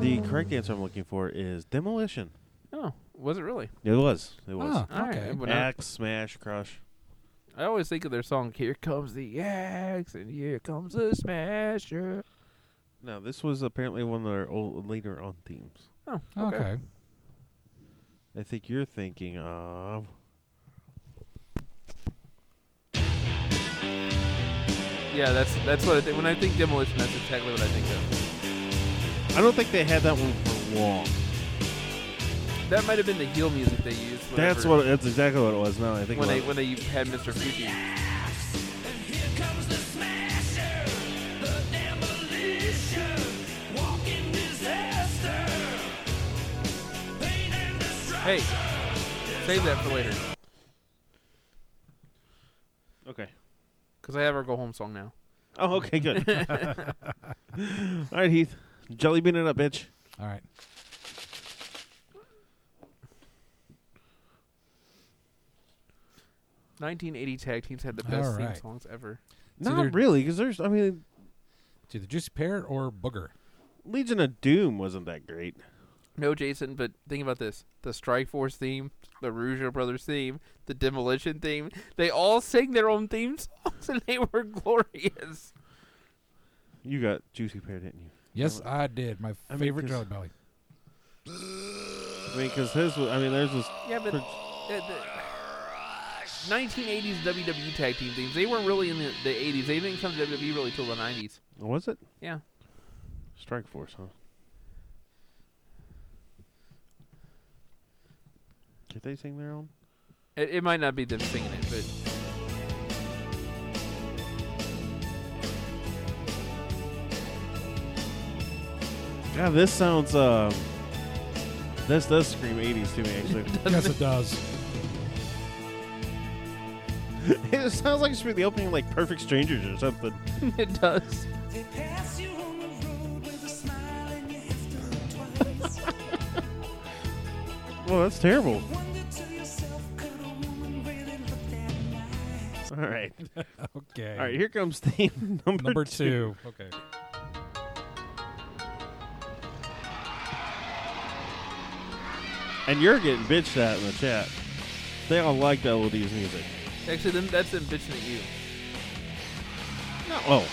[SPEAKER 1] The correct answer I'm looking for is demolition.
[SPEAKER 2] Oh, was it really?
[SPEAKER 1] It was. It was.
[SPEAKER 3] Ah,
[SPEAKER 2] Alright,
[SPEAKER 3] okay.
[SPEAKER 2] I would not-
[SPEAKER 1] Axe, smash, crush.
[SPEAKER 2] I always think of their song "Here Comes the Axe" and "Here Comes the Smasher."
[SPEAKER 1] No, this was apparently one of their old, later on themes.
[SPEAKER 2] Oh,
[SPEAKER 3] Okay.
[SPEAKER 1] I think you're thinking of.
[SPEAKER 2] Yeah, that's that's what I think. When I think demolition, that's exactly what I think of.
[SPEAKER 1] I don't think they had that one for long.
[SPEAKER 2] That might have been the heel music they used.
[SPEAKER 1] That's
[SPEAKER 2] whenever-
[SPEAKER 1] what. That's exactly what it was. Now that I think
[SPEAKER 2] when
[SPEAKER 1] about
[SPEAKER 2] they
[SPEAKER 1] it.
[SPEAKER 2] when they had Mr. Fuji. Hey, save that for later,
[SPEAKER 1] Okay.
[SPEAKER 2] cause I have our go home song now.
[SPEAKER 1] Oh, okay, good. All right, Heath. Jelly bean it up, bitch.
[SPEAKER 3] All right.
[SPEAKER 2] Nineteen eighty tag teams had the best theme
[SPEAKER 3] Alright.
[SPEAKER 2] songs ever.
[SPEAKER 3] So they're-
[SPEAKER 1] Not really, because there's. I mean,
[SPEAKER 3] It's either Juicy Pear or Booger.
[SPEAKER 1] Legion of Doom wasn't that great.
[SPEAKER 2] No, Jason, but think about this: the Strike Force theme, the Rougeau Brothers theme, the Demolition theme. They all sang their own theme songs, and they were glorious.
[SPEAKER 1] You got juicy pear, didn't you?
[SPEAKER 3] Yes, I did. My
[SPEAKER 1] I mean,
[SPEAKER 3] favorite
[SPEAKER 1] 'cause-
[SPEAKER 3] Jelly Belly.
[SPEAKER 1] I mean, because his. Was, I mean, theirs was.
[SPEAKER 2] Yeah, but
[SPEAKER 1] Pret-
[SPEAKER 2] the, the 1980s WWE E tag team themes. They weren't really in the, the 80s. They didn't come to WWE really till the 90s.
[SPEAKER 1] Was it
[SPEAKER 2] Yeah.
[SPEAKER 1] Strike Force? Huh. Did they sing their own?
[SPEAKER 2] It, it might not be them singing it, but
[SPEAKER 1] Yeah, this sounds. Um, this does scream '80s to me. Actually,
[SPEAKER 3] Yes, it does.
[SPEAKER 1] it sounds like it's for the opening, of, like Perfect Strangers or something.
[SPEAKER 2] it does.
[SPEAKER 8] They pass you on the road with a smile and you have to look twice.
[SPEAKER 1] Well, that's terrible.
[SPEAKER 8] Wonder to yourself, could a woman really look that nice?
[SPEAKER 1] All right,
[SPEAKER 3] Okay.
[SPEAKER 1] all right. Here comes theme number,
[SPEAKER 3] Number two. Okay.
[SPEAKER 1] And you're getting bitched at in the chat. They all liked LOD's music.
[SPEAKER 2] Actually, them, that's them bitching at you.
[SPEAKER 1] No. Oh.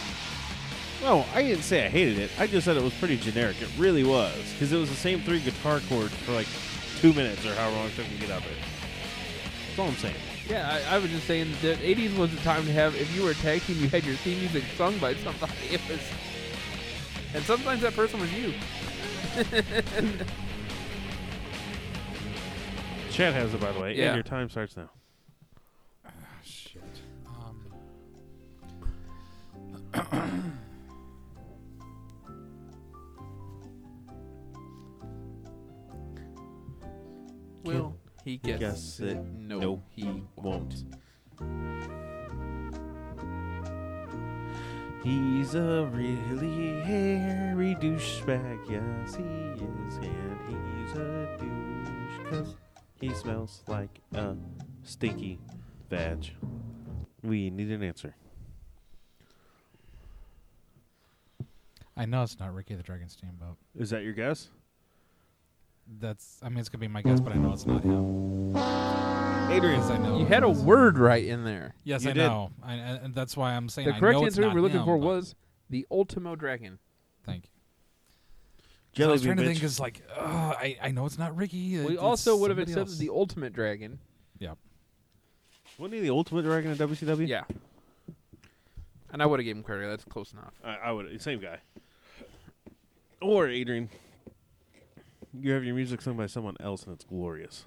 [SPEAKER 1] No, I didn't say I hated it. I just said it was pretty generic. It really was. Because it was the same three guitar chords for like two minutes or however long it took me to get out of it. That's all I'm saying.
[SPEAKER 2] Yeah, I, I was just saying that 80s was the time to have. If you were a tag team, you had your theme music sung by somebody. It was, and sometimes that person was you.
[SPEAKER 1] Chad has it, by the way.
[SPEAKER 2] Yeah.
[SPEAKER 1] And your time starts now.
[SPEAKER 3] Shit. Um,
[SPEAKER 2] Will he guess,
[SPEAKER 1] guess it?
[SPEAKER 2] No,
[SPEAKER 1] No,
[SPEAKER 2] he
[SPEAKER 1] won't. He's a really hairy douchebag. Yes, he is. And he's a douche 'cause he smells like a stinky vag. We need an answer.
[SPEAKER 3] I know it's not Ricky the Dragon Steamboat.
[SPEAKER 1] Is that your guess?
[SPEAKER 3] That's. I mean, it's gonna be my guess, but I know it's not him.
[SPEAKER 1] Adrian,
[SPEAKER 3] Yes, I know.
[SPEAKER 2] You had a word right in there.
[SPEAKER 3] Yes,
[SPEAKER 1] You
[SPEAKER 3] I
[SPEAKER 1] did.
[SPEAKER 3] know. I, I- and that's why I'm saying
[SPEAKER 2] The
[SPEAKER 3] I
[SPEAKER 2] correct
[SPEAKER 3] know it's
[SPEAKER 2] answer
[SPEAKER 3] not
[SPEAKER 2] we're looking
[SPEAKER 3] him,
[SPEAKER 2] for
[SPEAKER 3] but-
[SPEAKER 2] was the Ultimo Dragon.
[SPEAKER 3] Thank you. So I
[SPEAKER 1] jelly
[SPEAKER 3] was
[SPEAKER 1] bean
[SPEAKER 3] trying to think
[SPEAKER 1] bitch.
[SPEAKER 3] because like ugh, I I know it's not Ricky.
[SPEAKER 2] We
[SPEAKER 3] it-
[SPEAKER 2] also
[SPEAKER 3] it's
[SPEAKER 2] would have
[SPEAKER 3] somebody
[SPEAKER 2] accepted
[SPEAKER 3] else.
[SPEAKER 2] the Ultimate Dragon.
[SPEAKER 3] yeah.
[SPEAKER 1] Wasn't he the ultimate dragon in WCW?
[SPEAKER 2] Yeah. And I would have gave him credit. That's close enough.
[SPEAKER 1] I, I would same guy. Or Adrian, you have your music sung by someone else, and it's glorious.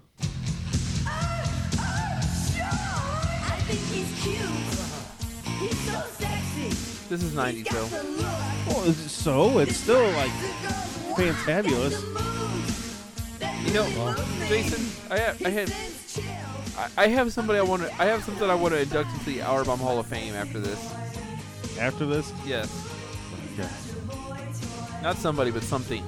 [SPEAKER 8] I think he's cute. He's so sexy.
[SPEAKER 2] This is 90s,
[SPEAKER 8] Got
[SPEAKER 2] though.
[SPEAKER 8] the look.
[SPEAKER 1] Well, it's- so it's still like fantabulous.
[SPEAKER 2] You know, Jason, I have, I had, I- I have somebody I want to, I have something I want to induct into the Hour Bomb Hall of Fame after this.
[SPEAKER 1] After this,
[SPEAKER 2] Yes,
[SPEAKER 1] yeah.
[SPEAKER 2] not somebody, but something.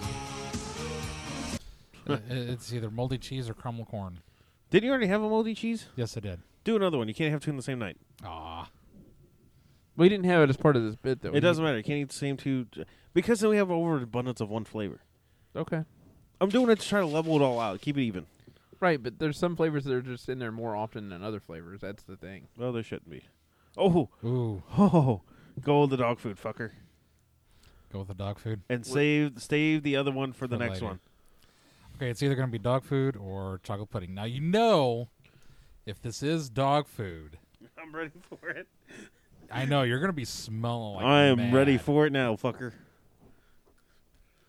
[SPEAKER 3] I- I- Uh, it's either moldy cheese or crumble corn.
[SPEAKER 1] didn't you already have a moldy cheese?
[SPEAKER 3] Yes, I did.
[SPEAKER 1] Do another one. You can't have two in the same night.
[SPEAKER 3] Ah,
[SPEAKER 2] We didn't have it as part of this bit, though.
[SPEAKER 1] It doesn't matter. You can't eat the same two because then we have overabundance of one flavor.
[SPEAKER 2] Okay.
[SPEAKER 1] I'm doing it to try to level it all out, keep it even.
[SPEAKER 2] Right, but there's some flavors that are just in there more often than other flavors. That's the thing.
[SPEAKER 1] Well, there shouldn't be. Oh,
[SPEAKER 3] ooh,
[SPEAKER 1] oh, go with the dog food, fucker,
[SPEAKER 3] go with the dog food.
[SPEAKER 1] and save save the other one for the
[SPEAKER 3] For
[SPEAKER 1] next
[SPEAKER 3] later.
[SPEAKER 1] one.
[SPEAKER 3] Okay, it's either going to be dog food or chocolate pudding. Now you know, if this is dog food,
[SPEAKER 1] I'm ready for it.
[SPEAKER 3] I know you're going to be smelling like.
[SPEAKER 1] I am ready
[SPEAKER 3] mad.
[SPEAKER 1] for it now, fucker.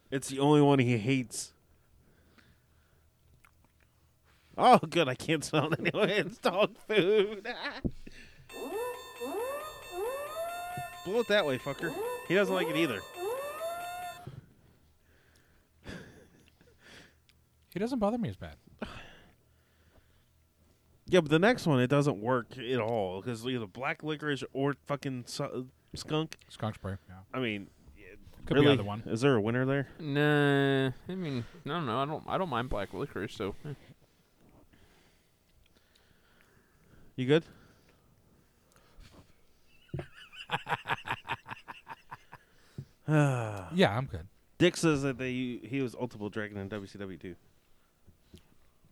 [SPEAKER 1] It's the only one he hates. Oh, good. I can't smell it anyway. It's dog food. Blow it that way, fucker. He doesn't like it either.
[SPEAKER 3] He doesn't bother me as bad.
[SPEAKER 1] Yeah, but the next one, it doesn't work at all because either black licorice or fucking su- skunk.
[SPEAKER 3] Skunk spray. Yeah.
[SPEAKER 1] I mean,
[SPEAKER 3] Could
[SPEAKER 1] really,
[SPEAKER 3] be either one.
[SPEAKER 1] Is there a winner there?
[SPEAKER 2] Nah, I mean, I don't know. I don't, I don't mind black licorice. So, eh.
[SPEAKER 1] You good?
[SPEAKER 3] Yeah, I'm good.
[SPEAKER 1] Dick says that they he was Ultimate Dragon in WCW too.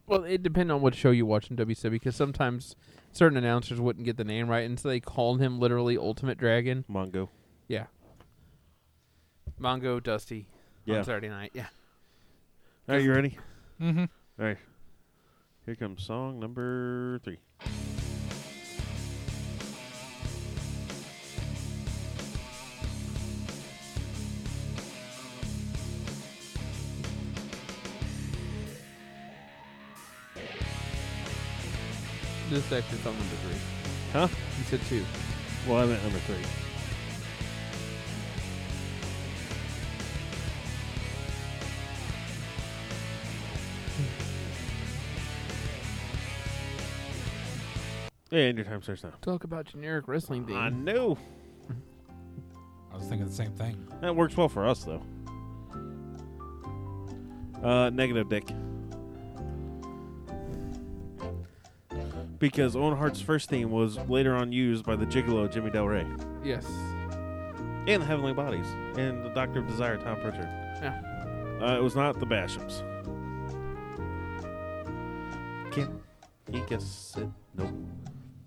[SPEAKER 2] well, it depends on what show you watch in WCW because sometimes certain announcers wouldn't get the name right, and so they called him literally Ultimate Dragon.
[SPEAKER 1] Mongo.
[SPEAKER 2] Yeah. Mongo Dusty
[SPEAKER 1] Yeah.
[SPEAKER 2] on Saturday night. Yeah.
[SPEAKER 1] Are you ready?
[SPEAKER 3] Mm-hmm.
[SPEAKER 1] All right. Here comes song number three.
[SPEAKER 2] This is actually song number three.
[SPEAKER 1] Huh?
[SPEAKER 2] You said two.
[SPEAKER 1] Well, I meant number three. Yeah, and your time starts now.
[SPEAKER 2] Talk about generic wrestling
[SPEAKER 1] I
[SPEAKER 2] things.
[SPEAKER 1] know.
[SPEAKER 3] I was thinking the same thing.
[SPEAKER 1] That works well for us, though. Uh, negative dick. Because Owen Hart's first theme was later on used by the gigolo Jimmy Del Rey.
[SPEAKER 2] Yes.
[SPEAKER 1] And the Heavenly Bodies. And the Doctor of Desire, Tom Pritchard.
[SPEAKER 2] Yeah.
[SPEAKER 1] Uh, it was not the Bashams. Can't he guess it? Nope.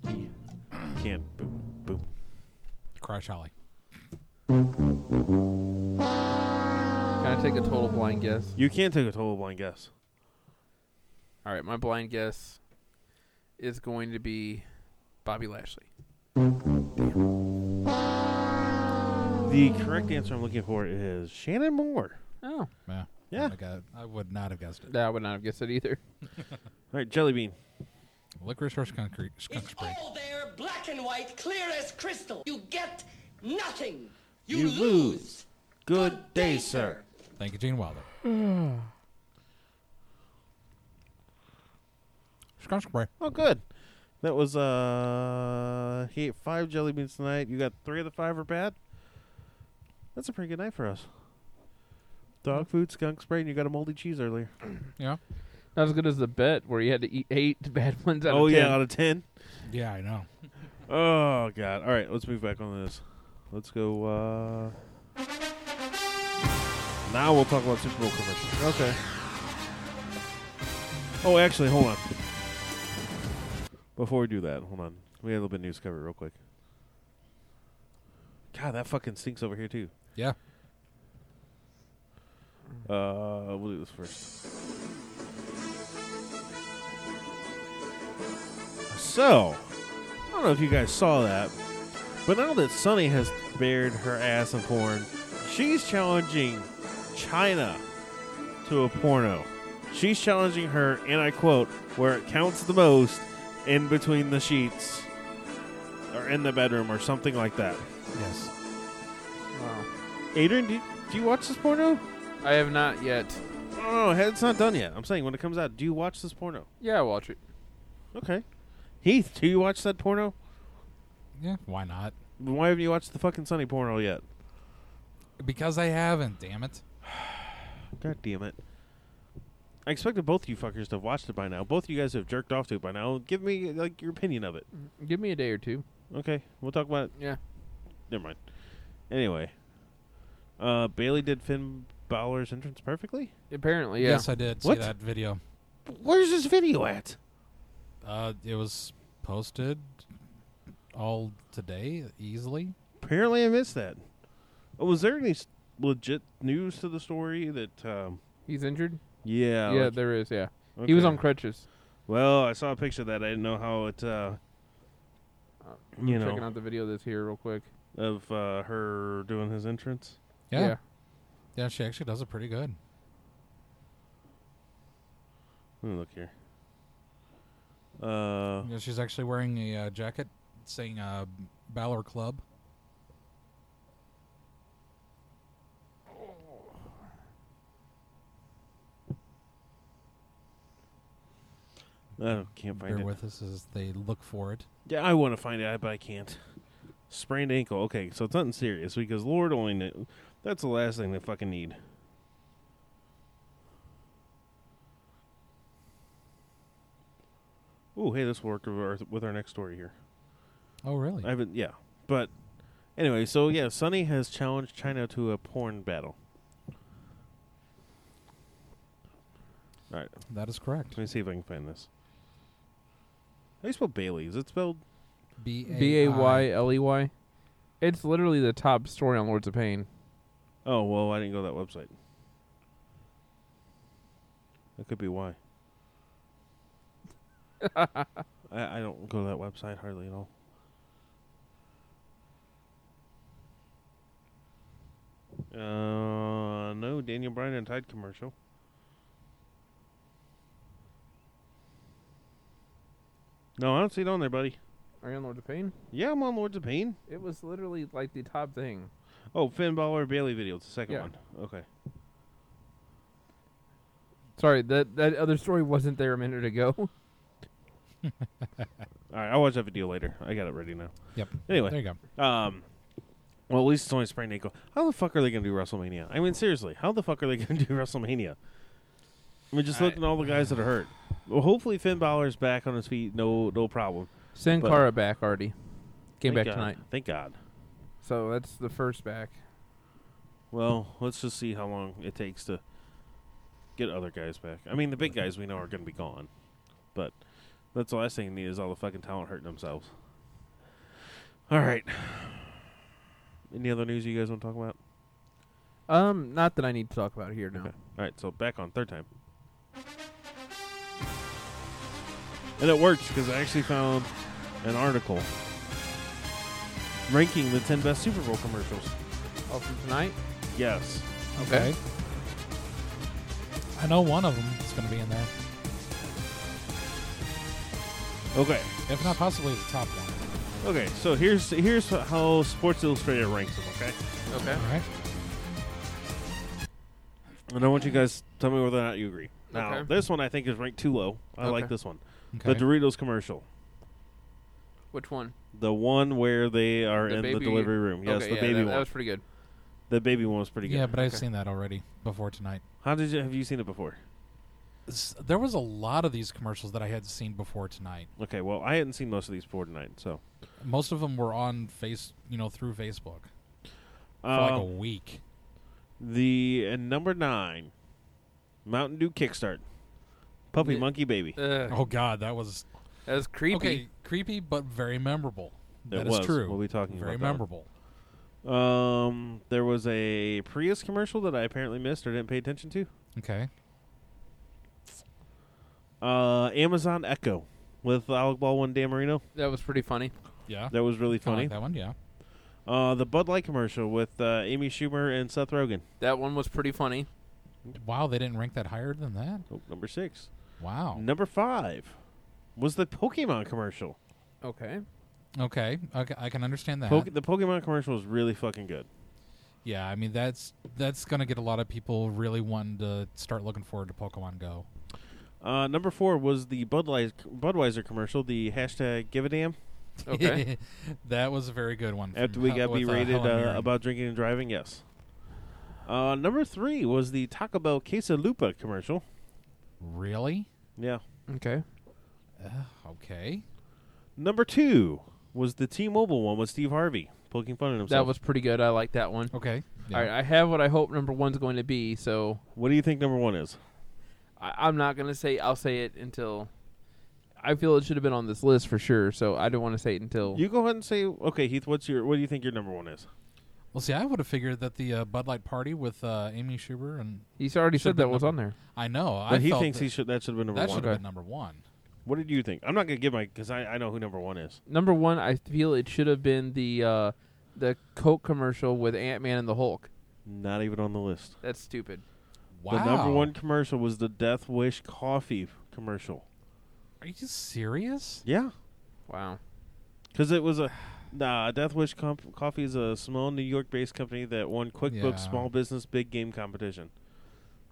[SPEAKER 1] He Can't boom, boom.
[SPEAKER 3] Crash Holly.
[SPEAKER 2] Can I take a total blind guess?
[SPEAKER 1] You can't take a total blind guess.
[SPEAKER 2] All right, my blind guess is going to be Bobby Lashley.
[SPEAKER 1] The correct answer I'm looking for is Shannon Moore.
[SPEAKER 2] Oh.
[SPEAKER 3] Yeah.
[SPEAKER 1] Yeah.
[SPEAKER 3] I, got, I would not have guessed it.
[SPEAKER 2] That I would not have guessed it either.
[SPEAKER 1] All right, Jelly Bean.
[SPEAKER 3] Licorice or skunk, cre- skunk
[SPEAKER 9] It's
[SPEAKER 3] spray.
[SPEAKER 9] all there, black and white, clear as crystal. You get nothing. You,
[SPEAKER 1] You lose.
[SPEAKER 9] lose.
[SPEAKER 1] Good day, sir.
[SPEAKER 3] Thank you, Gene Wilder. skunk spray.
[SPEAKER 1] Oh, good. That was uh, he ate five jelly beans tonight. You got three of the five are bad. That's a pretty good night for us. Dog food, skunk spray, and you got a moldy cheese earlier.
[SPEAKER 3] Yeah.
[SPEAKER 2] Not as good as the bet where you had to eat eight bad ones out
[SPEAKER 1] Oh
[SPEAKER 2] of
[SPEAKER 1] yeah,
[SPEAKER 2] ten.
[SPEAKER 1] out of ten.
[SPEAKER 3] Yeah, I know.
[SPEAKER 1] Oh god. All right, let's move back on this. Let's go. uh Now we'll talk about Super Bowl commercials.
[SPEAKER 2] Okay.
[SPEAKER 1] Oh, actually, hold on. Before we do that, hold on. We had a little bit of news cover real quick. God, that fucking stinks over here too.
[SPEAKER 3] Yeah.
[SPEAKER 1] Uh, we'll do this first. So, I don't know if you guys saw that, but now that Sunny has bared her ass in porn, she's challenging China to a porno. She's challenging her, and I quote, where it counts the most in between the sheets or in the bedroom or something like that.
[SPEAKER 3] Yes.
[SPEAKER 2] Wow.
[SPEAKER 1] Adrian, do you, do you watch this porno?
[SPEAKER 2] I have not yet.
[SPEAKER 1] Oh, it's not done yet. I'm saying when it comes out, do you watch this porno?
[SPEAKER 2] Yeah, I watch it.
[SPEAKER 1] Okay. Heath, do you watch that porno?
[SPEAKER 3] Yeah. Why not?
[SPEAKER 1] Why haven't you watched the fucking Sunny porno yet?
[SPEAKER 3] Because I haven't. Damn it.
[SPEAKER 1] God damn it. I expected both you fuckers to have watched it by now. Both you guys have jerked off to it by now. Give me like your opinion of it.
[SPEAKER 2] Give me a day or two.
[SPEAKER 1] Okay, we'll talk about it.
[SPEAKER 2] Yeah.
[SPEAKER 1] Never mind. Anyway, uh, Bailey did Finn Balor's entrance perfectly.
[SPEAKER 2] Apparently, yeah.
[SPEAKER 3] Yes, I did see
[SPEAKER 1] What?
[SPEAKER 3] that video.
[SPEAKER 1] Where's this video at?
[SPEAKER 3] Uh, it was posted all today easily.
[SPEAKER 1] Apparently, I missed that. Oh, was there any s- legit news to the story that? Um,
[SPEAKER 2] He's injured.
[SPEAKER 1] yeah,
[SPEAKER 2] yeah,
[SPEAKER 1] like-
[SPEAKER 2] there is. Yeah, he was
[SPEAKER 1] okay.
[SPEAKER 2] on crutches.
[SPEAKER 1] Well, I saw a picture of that. I didn't know how it. Uh,
[SPEAKER 2] I'm
[SPEAKER 1] you
[SPEAKER 2] checking
[SPEAKER 1] know,
[SPEAKER 2] out the video that's here real quick.
[SPEAKER 1] of uh, her doing his entrance.
[SPEAKER 3] Yeah. Yeah, she actually does it pretty good.
[SPEAKER 1] Let me look here. Uh,
[SPEAKER 3] Yeah, she's actually wearing a uh, jacket saying uh, Balor Club.
[SPEAKER 1] I can't find
[SPEAKER 3] Bear
[SPEAKER 1] it.
[SPEAKER 3] with us as they look for it.
[SPEAKER 1] Yeah, I want to find it, but I can't. Sprained ankle. Okay, so it's nothing serious because Lord only knew. That's the last thing they fucking need. Ooh, hey, this will work with our, with our next story here.
[SPEAKER 3] Oh, really?
[SPEAKER 1] I haven't, yeah. But anyway, so yeah, Sunny has challenged China to a porn battle. All right,
[SPEAKER 3] that is correct.
[SPEAKER 1] let me see if I can find this. How do you spell Bailey? Is it spelled
[SPEAKER 3] B
[SPEAKER 2] B a y l e y. It's literally the top story on Lords of Pain.
[SPEAKER 1] Oh well, I didn't go to that website. That could be why. I, I don't go to that website hardly at all. Uh, no, Daniel Bryan and Tide commercial. No, I don't see it on there, buddy.
[SPEAKER 2] Are you on Lords of Pain?
[SPEAKER 1] Yeah, I'm on Lords of Pain.
[SPEAKER 2] It was literally like the top thing.
[SPEAKER 1] Oh, Finn Balor Bailey video. It's the second
[SPEAKER 2] Yeah.
[SPEAKER 1] one. Okay.
[SPEAKER 2] Sorry, that that other story wasn't there a minute ago.
[SPEAKER 1] All right, I'll watch that video later. I got it ready now.
[SPEAKER 3] Yep.
[SPEAKER 1] Anyway,
[SPEAKER 3] There you go.
[SPEAKER 1] Um, well, at least it's only sprained ankle. How the fuck are they going to do WrestleMania? I mean, seriously, how the fuck are they going to do WrestleMania? I mean, just look at all the guys that are hurt. Well, hopefully Finn Balor's back on his feet, no, no problem.
[SPEAKER 2] Sin
[SPEAKER 1] But-
[SPEAKER 2] Cara back already.
[SPEAKER 1] Thank
[SPEAKER 2] Came back
[SPEAKER 1] God.
[SPEAKER 2] tonight,
[SPEAKER 1] Thank God.
[SPEAKER 2] so that's the first back.
[SPEAKER 1] Well, let's just see how long it takes to get other guys back. I mean, the big guys we know are going to be gone, but that's the last thing you need is all the fucking talent hurting themselves. All right. Any other news you guys want to talk about?
[SPEAKER 2] Um, not that I need to talk about here now.
[SPEAKER 1] Okay. All right, so back on third time. And it works because I actually found an article ranking the 10 best Super Bowl commercials.
[SPEAKER 2] All from tonight.
[SPEAKER 1] Yes.
[SPEAKER 2] Okay.
[SPEAKER 3] I know one of them is going to be in there,
[SPEAKER 1] Okay.
[SPEAKER 3] if not possibly the top one.
[SPEAKER 1] Okay, so here's here's how Sports Illustrated ranks them, okay?
[SPEAKER 2] Okay.
[SPEAKER 3] All right.
[SPEAKER 1] And I want you guys to tell me whether or not you agree. Now,
[SPEAKER 2] Okay.
[SPEAKER 1] this one I think is ranked too low. I like
[SPEAKER 2] Okay.
[SPEAKER 1] this one.
[SPEAKER 3] Okay.
[SPEAKER 1] The Doritos commercial.
[SPEAKER 2] Which one?
[SPEAKER 1] The one where they are
[SPEAKER 2] The
[SPEAKER 1] in
[SPEAKER 2] baby-
[SPEAKER 1] the delivery room. Yes,
[SPEAKER 2] okay,
[SPEAKER 1] the
[SPEAKER 2] yeah,
[SPEAKER 1] baby
[SPEAKER 2] that,
[SPEAKER 1] one.
[SPEAKER 2] That was pretty good.
[SPEAKER 1] the baby one was pretty good.
[SPEAKER 3] yeah, but I've seen that already before tonight.
[SPEAKER 1] How did you have you seen it before?
[SPEAKER 3] S- There was a lot of these commercials that I hadn't seen before tonight.
[SPEAKER 1] Okay, well, I hadn't seen most of these before tonight, so
[SPEAKER 3] Most of them were on face, you know, through Facebook for
[SPEAKER 1] um,
[SPEAKER 3] like a week.
[SPEAKER 1] the and number nine, Mountain Dew Kickstart, Puppy
[SPEAKER 2] Yeah.
[SPEAKER 1] Monkey Baby.
[SPEAKER 2] Uh,
[SPEAKER 3] Oh God, that was
[SPEAKER 2] That was creepy.
[SPEAKER 3] Okay, creepy but very memorable.
[SPEAKER 1] It
[SPEAKER 3] That is
[SPEAKER 1] was.
[SPEAKER 3] true.
[SPEAKER 1] What we talking
[SPEAKER 3] very
[SPEAKER 1] about that one?
[SPEAKER 3] memorable.
[SPEAKER 1] Um, there was a Prius commercial that I apparently missed or didn't pay attention to.
[SPEAKER 3] Okay.
[SPEAKER 1] Uh, Amazon Echo with Alec Baldwin, Dan Marino.
[SPEAKER 2] That was pretty funny.
[SPEAKER 3] Yeah.
[SPEAKER 1] That was really
[SPEAKER 3] Kinda
[SPEAKER 1] funny.
[SPEAKER 3] Like that one, yeah.
[SPEAKER 1] Uh, the Bud Light commercial with uh, Amy Schumer and Seth Rogen.
[SPEAKER 2] That one was pretty funny.
[SPEAKER 3] Wow, they didn't rank that higher than that.
[SPEAKER 1] Oh, number six.
[SPEAKER 3] Wow.
[SPEAKER 1] Number five was the Pokemon commercial.
[SPEAKER 2] Okay.
[SPEAKER 3] Okay, I, ca- I can understand that.
[SPEAKER 1] Poke- the Pokemon commercial was really fucking good.
[SPEAKER 3] yeah, I mean that's that's gonna get a lot of people really wanting to start looking forward to Pokemon Go.
[SPEAKER 1] Uh, number four was the Bud Light, Budweiser commercial, the hashtag Give a Damn.
[SPEAKER 2] Okay.
[SPEAKER 3] that was a very good one.
[SPEAKER 1] After
[SPEAKER 3] from
[SPEAKER 1] we
[SPEAKER 3] Hel-
[SPEAKER 1] got
[SPEAKER 3] with, uh,
[SPEAKER 1] berated
[SPEAKER 3] Helen
[SPEAKER 1] uh,
[SPEAKER 3] Mirren.
[SPEAKER 1] about drinking and driving, yes. Uh, number three was the Taco Bell Quesalupa commercial.
[SPEAKER 3] really.
[SPEAKER 1] Yeah.
[SPEAKER 2] okay.
[SPEAKER 3] Okay,
[SPEAKER 1] Number two was the T-Mobile one with Steve Harvey poking fun at himself.
[SPEAKER 2] That was pretty good. I like that one.
[SPEAKER 3] okay. Yeah.
[SPEAKER 2] All right. I have what I hope number one's going to be. So
[SPEAKER 1] What do you think number one is?
[SPEAKER 2] I, I'm not gonna say. I'll say it until. I feel it should have been on this list for sure. So I don't want to say it
[SPEAKER 3] Oh.
[SPEAKER 2] until.
[SPEAKER 1] You go ahead and say, okay, Heath. What's your? What do you think your number one is?
[SPEAKER 3] Well, see, I would have figured that the uh, Bud Light party with uh, Amy Schumer and
[SPEAKER 2] He's already
[SPEAKER 3] Should've
[SPEAKER 2] said that
[SPEAKER 3] been
[SPEAKER 2] was on
[SPEAKER 3] number-
[SPEAKER 2] there.
[SPEAKER 3] I know. I
[SPEAKER 1] But he
[SPEAKER 3] felt
[SPEAKER 1] thinks
[SPEAKER 3] that,
[SPEAKER 1] he should. That should have been number
[SPEAKER 3] that
[SPEAKER 1] one.
[SPEAKER 3] should have been number one.
[SPEAKER 1] What did you think? I'm not gonna give my because I, I know who number one is.
[SPEAKER 2] Number one, I feel it should have been the uh, the Coke commercial with Ant Man and the Hulk.
[SPEAKER 1] Not even on the list.
[SPEAKER 2] That's stupid.
[SPEAKER 3] Wow.
[SPEAKER 1] The number one commercial was the Death Wish coffee commercial.
[SPEAKER 3] Are you serious?
[SPEAKER 1] Yeah,
[SPEAKER 2] Wow.
[SPEAKER 1] because it was a. Nah, Death Wish comp- Coffee is a small New York-based company that won QuickBooks
[SPEAKER 3] Yeah.
[SPEAKER 1] Small Business Big Game competition.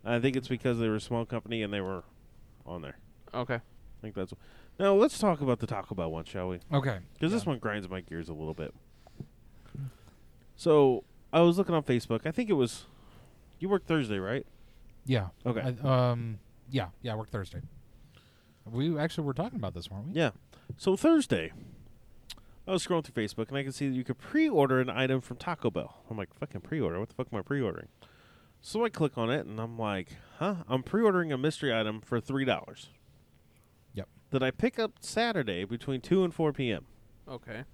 [SPEAKER 1] I think it's because they were a small company and they were on there.
[SPEAKER 2] Okay.
[SPEAKER 1] I think that's. Now let's talk about the Taco Bell one, shall we?
[SPEAKER 3] Okay.
[SPEAKER 1] Because this one grinds my gears a little bit. So I was looking on Facebook. I think it was you work Thursday, right?
[SPEAKER 3] Yeah.
[SPEAKER 1] Okay.
[SPEAKER 3] I, um. Yeah. Yeah. I work Thursday. We actually were talking about this, weren't we?
[SPEAKER 1] Yeah. So Thursday, I was scrolling through Facebook and I could see that you could pre-order an item from Taco Bell. I'm like, fucking pre-order? What the fuck am I pre-ordering? So I click on it and I'm like, huh? I'm pre-ordering a mystery item for three dollars
[SPEAKER 3] Yep.
[SPEAKER 1] that I pick up Saturday between two and four p.m.
[SPEAKER 2] Okay.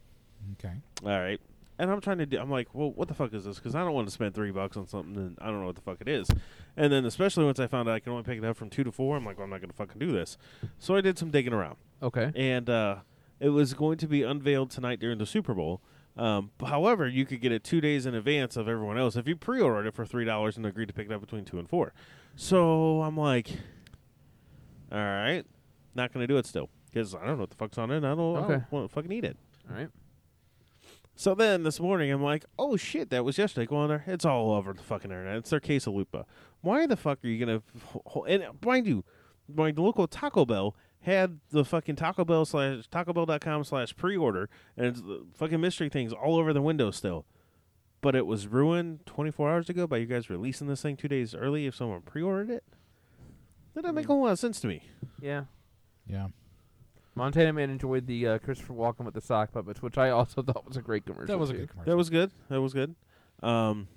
[SPEAKER 3] Okay.
[SPEAKER 1] All right. And I'm trying to do. I'm like, well, what the fuck is this? Because I don't want to spend three bucks on something and I don't know what the fuck it is. And then, especially once I found out I can only pick it up from two to four, I'm like, well, I'm not gonna fucking do this. So I did some digging around,
[SPEAKER 2] Okay.
[SPEAKER 1] and uh, it was going to be unveiled tonight during the Super Bowl. Um, b- however, you could get it two days in advance of everyone else if you pre-ordered it for three dollars and agreed to pick it up between two and four. So I'm like, all right, not gonna do it still because I don't know what the fuck's on it. And I don't, I
[SPEAKER 2] Okay.
[SPEAKER 1] don't want to fucking eat it.
[SPEAKER 2] All right.
[SPEAKER 1] So then this morning, I'm like, oh shit, that was yesterday. Go on there. It's all over the fucking internet. It's their quesalupa. Why the fuck are you going to. And mind you, my local Taco Bell had the fucking Taco Bell slash tacobell.com slash pre order, and it's the fucking mystery things all over the window still. But it was ruined 24 hours ago by you guys releasing this thing two days early if someone pre ordered it. That doesn't make a whole lot of sense to me.
[SPEAKER 2] Yeah.
[SPEAKER 3] Yeah.
[SPEAKER 2] Montana Man enjoyed the uh, Christopher Walken with the sock puppets, which I also thought was a great commercial.
[SPEAKER 3] That was a
[SPEAKER 2] too.
[SPEAKER 3] good commercial.
[SPEAKER 1] That was good. That was good. Um,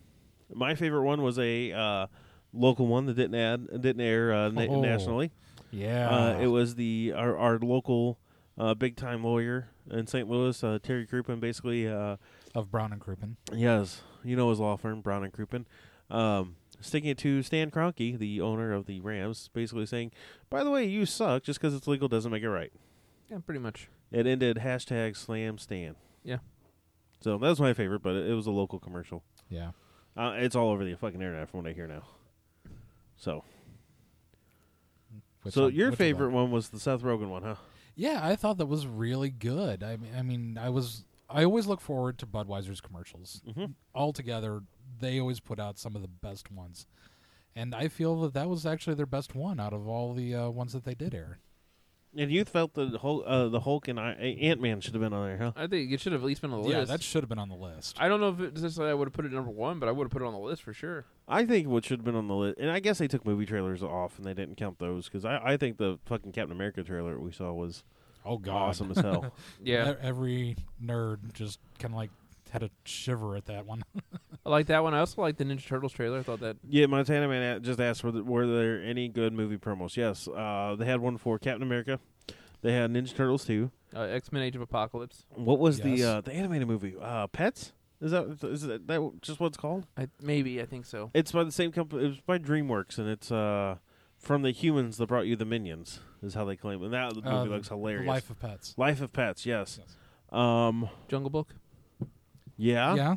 [SPEAKER 1] my favorite one was a uh, local one that didn't add didn't air uh, na-
[SPEAKER 3] Oh.
[SPEAKER 1] nationally.
[SPEAKER 3] yeah.
[SPEAKER 1] Uh, it was the our, our local uh, big time lawyer in St. Louis, uh, Terry Crouppen. Basically, uh,
[SPEAKER 3] of Brown and Crouppen.
[SPEAKER 1] yes, you know his law firm, Brown and Crouppen. Um, sticking it to Stan Kroenke, the owner of the Rams, basically saying, "By the way, you suck. Just because it's legal doesn't make it right."
[SPEAKER 2] Yeah, pretty much.
[SPEAKER 1] It ended hashtag Slam Stan.
[SPEAKER 2] Yeah.
[SPEAKER 1] So that was my favorite, but it, it was a local commercial.
[SPEAKER 3] Yeah.
[SPEAKER 1] Uh, it's all over the fucking internet from what I hear now. So,
[SPEAKER 3] Which
[SPEAKER 1] so
[SPEAKER 3] I'm-
[SPEAKER 1] your
[SPEAKER 3] which I
[SPEAKER 1] favorite
[SPEAKER 3] love.
[SPEAKER 1] one was the Seth Rogen one, huh?
[SPEAKER 3] Yeah, I thought that was really good. I mean, I mean, I was I always look forward to Budweiser's commercials.
[SPEAKER 1] Mm-hmm.
[SPEAKER 3] Altogether, they always put out some of the best ones, and I feel that that was actually their best one out of all the uh, ones that they did air.
[SPEAKER 1] And you felt that Hulk, uh, the Hulk and I, Ant Man should have been on there, huh?
[SPEAKER 2] I think it should have at least been on the
[SPEAKER 3] Yeah,
[SPEAKER 2] list.
[SPEAKER 3] that should have been on the list.
[SPEAKER 2] I don't know if it's just that I would have put it number one, but I would have put it on the list for sure.
[SPEAKER 1] I think what should have been on the list, and I guess they took movie trailers off and they didn't count those because I, I think the fucking Captain America trailer we saw was
[SPEAKER 3] oh God,
[SPEAKER 1] awesome as hell.
[SPEAKER 2] Yeah,
[SPEAKER 3] E- Every nerd just kind of like had a shiver at that one.
[SPEAKER 2] I like that one. I also like the Ninja Turtles trailer. I thought that
[SPEAKER 1] yeah, Montana Man a- just asked were, the, were there any good movie promos? Yes, uh, they had one for Captain America. They had Ninja Turtles too.
[SPEAKER 2] Uh, X Men: Age of Apocalypse.
[SPEAKER 1] What was the
[SPEAKER 3] Yes.
[SPEAKER 1] uh, the animated movie? Uh, Pets. Is that is that, that just what it's called?
[SPEAKER 2] I, maybe I think so.
[SPEAKER 1] It's by the same company. It's by DreamWorks, and it's uh, from the humans that brought you the minions. Is how they claim. it. And that movie
[SPEAKER 3] Uh,
[SPEAKER 1] looks
[SPEAKER 3] The
[SPEAKER 1] hilarious.
[SPEAKER 3] Life of Pets.
[SPEAKER 1] Life of Pets. Yes.
[SPEAKER 3] Yes.
[SPEAKER 1] Um.
[SPEAKER 2] Jungle Book.
[SPEAKER 1] Yeah.
[SPEAKER 3] Yeah.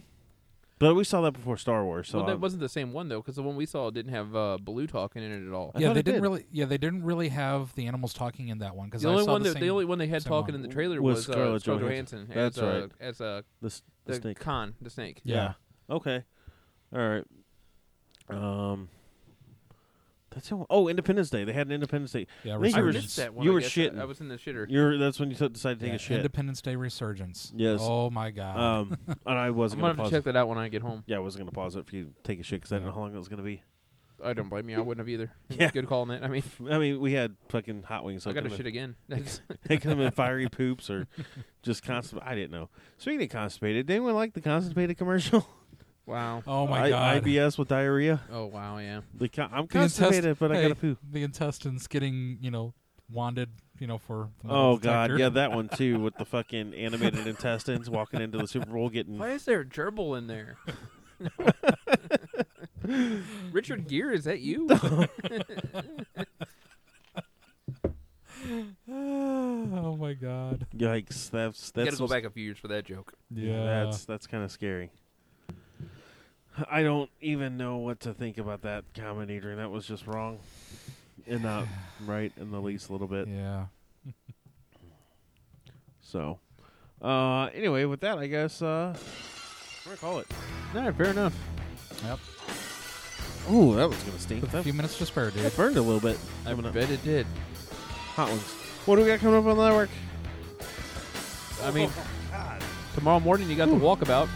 [SPEAKER 1] But we saw that before Star Wars. So
[SPEAKER 2] well,
[SPEAKER 1] I'm-
[SPEAKER 2] that wasn't the same one though, because the one we saw didn't have uh, Blue talking in it at all.
[SPEAKER 1] I
[SPEAKER 3] yeah,
[SPEAKER 1] thought
[SPEAKER 3] they
[SPEAKER 1] it
[SPEAKER 3] didn't
[SPEAKER 1] did.
[SPEAKER 3] really. Yeah, they didn't really have the animals talking in that one because
[SPEAKER 2] The only
[SPEAKER 3] saw
[SPEAKER 2] one
[SPEAKER 3] the
[SPEAKER 2] that
[SPEAKER 3] same,
[SPEAKER 2] the only one they had
[SPEAKER 3] same
[SPEAKER 2] talking
[SPEAKER 3] one.
[SPEAKER 2] in the trailer
[SPEAKER 1] Was
[SPEAKER 2] was uh,
[SPEAKER 1] Scarlett
[SPEAKER 2] Scarlett
[SPEAKER 1] Johansson.
[SPEAKER 2] Johansson.
[SPEAKER 1] That's
[SPEAKER 2] as, uh,
[SPEAKER 1] right.
[SPEAKER 2] As uh,
[SPEAKER 1] the, s- the
[SPEAKER 2] the
[SPEAKER 1] snake.
[SPEAKER 2] Khan, the snake.
[SPEAKER 3] Yeah.
[SPEAKER 1] Okay. All right. Um. That's the only- oh Independence Day. They had an Independence Day.
[SPEAKER 3] Yeah,
[SPEAKER 1] I think
[SPEAKER 2] I
[SPEAKER 1] you were,
[SPEAKER 3] Resurgence.
[SPEAKER 2] missed that one.
[SPEAKER 1] You
[SPEAKER 2] I
[SPEAKER 1] were
[SPEAKER 2] guess. uh, I-
[SPEAKER 1] shitting.
[SPEAKER 2] I, was in the shitter.
[SPEAKER 1] You're that's when you t- decided to take
[SPEAKER 3] Yeah,
[SPEAKER 1] a shit.
[SPEAKER 3] Independence Day resurgence.
[SPEAKER 1] Yes.
[SPEAKER 3] Oh my god.
[SPEAKER 1] Um, and I
[SPEAKER 2] I'm
[SPEAKER 1] wasn't
[SPEAKER 2] gonna
[SPEAKER 1] gonna,
[SPEAKER 2] have to
[SPEAKER 1] pause.
[SPEAKER 2] check
[SPEAKER 1] It.
[SPEAKER 2] that out when I get home.
[SPEAKER 1] Yeah, I wasn't gonna pause it for you to take a shit because I didn't know how long it was gonna be.
[SPEAKER 2] I don't blame you. I wouldn't have either.
[SPEAKER 1] Yeah.
[SPEAKER 2] Good calling it. I mean,
[SPEAKER 1] I mean, we had fucking hot wings. So
[SPEAKER 2] I got to
[SPEAKER 1] could've
[SPEAKER 2] shit again.
[SPEAKER 1] been- It could have been fiery poops or just constipated. I didn't know. Speaking of constipated, did anyone like the constipated commercial?
[SPEAKER 2] wow.
[SPEAKER 3] oh my
[SPEAKER 1] I-
[SPEAKER 3] god.
[SPEAKER 1] IBS with diarrhea.
[SPEAKER 2] Oh wow. Yeah.
[SPEAKER 1] The con- I'm
[SPEAKER 3] The intest-
[SPEAKER 1] constipated, but I
[SPEAKER 3] hey,
[SPEAKER 1] gotta poo.
[SPEAKER 3] The intestines getting you know wanded you know for. The metal
[SPEAKER 1] Oh god,
[SPEAKER 3] detector.
[SPEAKER 1] yeah, that one too with the fucking animated intestines walking into the Super Bowl getting.
[SPEAKER 2] Why is there a gerbil in there? Richard Gere, is that you?
[SPEAKER 3] oh my god.
[SPEAKER 1] Yikes! That's that's
[SPEAKER 2] Got to go
[SPEAKER 1] some-
[SPEAKER 2] back a few years for that joke.
[SPEAKER 3] Yeah.
[SPEAKER 1] That's that's kind of scary. I don't even know what to think about that comment, Adrian. That was just wrong, and not right in the least little bit.
[SPEAKER 3] yeah.
[SPEAKER 1] So, uh, anyway, with that, I guess uh, we're gonna call it.
[SPEAKER 2] All right, fair enough.
[SPEAKER 3] Yep.
[SPEAKER 1] Oh, that was gonna stink.
[SPEAKER 3] With a
[SPEAKER 1] That
[SPEAKER 3] few minutes to spare, dude.
[SPEAKER 1] burned a little bit.
[SPEAKER 2] I
[SPEAKER 1] Coming up.
[SPEAKER 2] bet it did.
[SPEAKER 1] Hot ones. What do we got coming up on the network? Oh,
[SPEAKER 2] I mean, tomorrow morning you got the walkabout.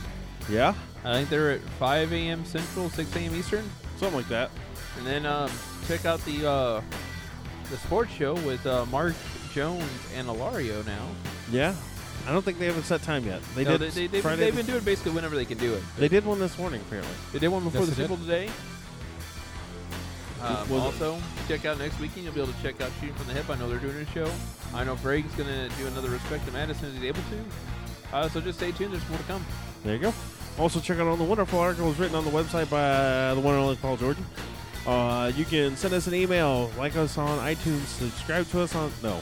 [SPEAKER 1] Yeah,
[SPEAKER 2] I think they're at 5 a.m. Central, 6 a.m. Eastern.
[SPEAKER 1] something like that.
[SPEAKER 2] And then um, check out the uh, the sports show with uh, Mark Jones and Ilario now.
[SPEAKER 1] Yeah, I don't think they have a set time yet. They
[SPEAKER 2] No,
[SPEAKER 1] did.
[SPEAKER 2] they, they, have
[SPEAKER 1] Friday-
[SPEAKER 2] they've been doing basically whenever they can do it.
[SPEAKER 1] They did one this morning, apparently.
[SPEAKER 2] They did one before
[SPEAKER 3] Yes,
[SPEAKER 2] the
[SPEAKER 3] they
[SPEAKER 2] Super Bowl today. Um,
[SPEAKER 1] Was it-
[SPEAKER 2] also, check out next weekend. You'll be able to check out Shooting from the Hip. I know they're doing a show. I know Greg's going to do another Respect the Mat as soon as he's able to. Uh, so just stay tuned. There's more to come.
[SPEAKER 1] There you go. Also, check out all the wonderful articles written on the website by the one and only Paul Jordan. Uh, you can send us an email, like us on iTunes, subscribe to us on no.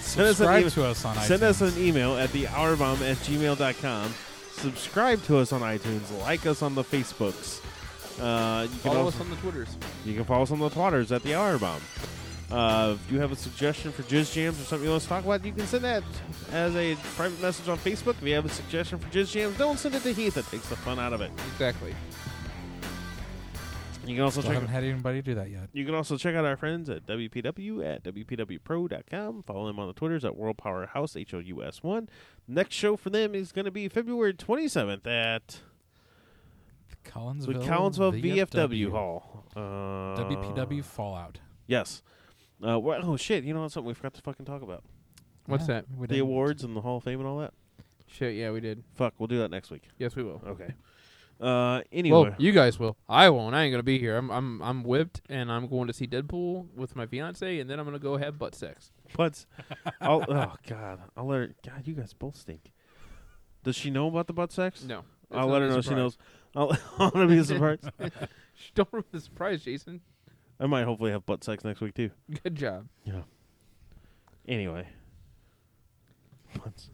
[SPEAKER 1] send us an
[SPEAKER 3] Subscribe
[SPEAKER 1] email-
[SPEAKER 3] to us on
[SPEAKER 1] Send us
[SPEAKER 3] iTunes.
[SPEAKER 1] an email at thehourbomb at gmail.com. Subscribe to us on iTunes. Like us on the Facebooks. Uh, you, can
[SPEAKER 2] Follow
[SPEAKER 1] also,
[SPEAKER 2] us on the Twitters.
[SPEAKER 1] you can follow us on the Twatters at the Hour Bomb. Uh, if you have a suggestion for Jizz Jams or something you want us to talk about, you can send that as a private message on Facebook. If you have a suggestion for Jizz Jams, don't send it to Heath. It takes the fun out of it.
[SPEAKER 2] Exactly.
[SPEAKER 1] You can also
[SPEAKER 3] Still
[SPEAKER 1] check.
[SPEAKER 3] haven't had anybody do that yet.
[SPEAKER 1] You can also check out our friends at WPW at WPWPro.com. Follow them on the Twitters at World Powerhouse H O U S one. Next show for them is going to be February 27th at the
[SPEAKER 3] Collinsville.
[SPEAKER 1] Collinsville VFW,
[SPEAKER 3] VFW
[SPEAKER 1] Hall. Uh,
[SPEAKER 3] WPW Fallout.
[SPEAKER 1] Yes. Uh, wha- oh shit! You know what's something we forgot to fucking talk about?
[SPEAKER 2] What's that?
[SPEAKER 3] We
[SPEAKER 1] The
[SPEAKER 3] didn't-
[SPEAKER 1] awards and the Hall of Fame and all that.
[SPEAKER 2] Shit, yeah, we did.
[SPEAKER 1] Fuck, we'll do that next week.
[SPEAKER 2] Yes, we will.
[SPEAKER 1] Okay. Uh, anyway,
[SPEAKER 2] Well, you guys will. I won't. I ain't gonna be here. I'm I'm I'm whipped, and I'm going to see Deadpool with my fiance, and then I'm gonna go have butt sex.
[SPEAKER 1] butts. I'll, oh god, I'll let her. God, you guys both stink. Does she know about the butt sex?
[SPEAKER 2] No,
[SPEAKER 1] I'll let her know she knows. I'll, I'm gonna be surprised.
[SPEAKER 2] She don't ruin the surprise, Jason.
[SPEAKER 1] I might hopefully have butt sex next week too.
[SPEAKER 2] Good job.
[SPEAKER 1] Anyway, Butts.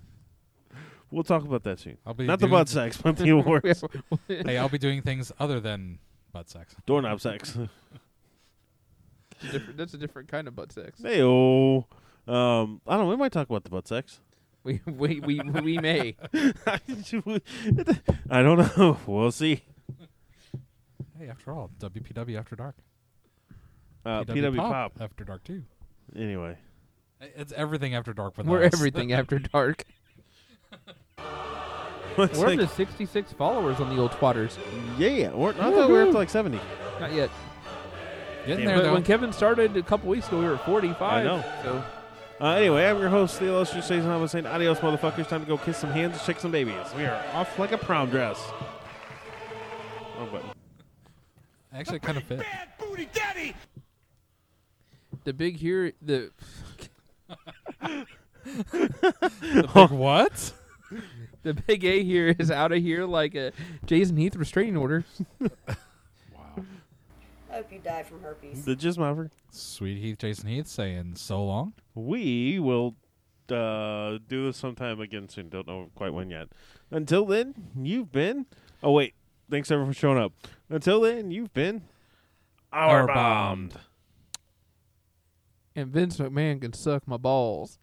[SPEAKER 1] we'll talk about that soon.
[SPEAKER 3] I'll be
[SPEAKER 1] Not the
[SPEAKER 3] doing-
[SPEAKER 1] butt sex, but the awards.
[SPEAKER 3] Hey, I'll be doing things other than butt sex.
[SPEAKER 1] Doorknob sex.
[SPEAKER 2] It's a different- that's a different kind of butt sex.
[SPEAKER 1] hey Um, I don't. know. We might talk about the butt sex.
[SPEAKER 2] We we we, we may.
[SPEAKER 1] I don't know. We'll see.
[SPEAKER 3] Hey, after all, WPW After Dark.
[SPEAKER 1] Uh, PW Pop.
[SPEAKER 3] After Dark too.
[SPEAKER 1] Anyway,
[SPEAKER 3] It's everything After Dark with
[SPEAKER 2] We're
[SPEAKER 3] us.
[SPEAKER 2] everything after dark.
[SPEAKER 1] It's
[SPEAKER 2] We're up
[SPEAKER 1] like-
[SPEAKER 2] to 66 followers on the old twatters.
[SPEAKER 1] yeah. Or, I thought we were up to like seventy.
[SPEAKER 2] Not yet.
[SPEAKER 3] Getting
[SPEAKER 1] Damn.
[SPEAKER 3] there
[SPEAKER 2] But
[SPEAKER 3] though.
[SPEAKER 2] when Kevin started a couple weeks ago, we were at 45.
[SPEAKER 1] I know.
[SPEAKER 2] So
[SPEAKER 1] Uh, anyway, I'm your host, the illustrious Jason. I was saying, adios, motherfuckers. Time to go kiss some hands, shake some babies. We are off like a prom dress. Oh, Wrong button.
[SPEAKER 3] Actually, it kind of fit.
[SPEAKER 5] Bad booty daddy!
[SPEAKER 2] the big here the
[SPEAKER 3] Like, what?
[SPEAKER 2] The big A here is out of here like a Jason Heath restraining order.
[SPEAKER 3] Wow.
[SPEAKER 4] I hope you die from herpes.
[SPEAKER 1] The Jizmopper.
[SPEAKER 3] Sweet Heath, Jason Heath saying so long.
[SPEAKER 1] We will uh, do this sometime again soon. Don't know quite when yet. Until then, you've been. Oh wait, thanks everyone for showing up. Until then, you've been. Our,
[SPEAKER 3] Our bombed.
[SPEAKER 1] bombed.
[SPEAKER 2] And Vince McMahon can suck my balls.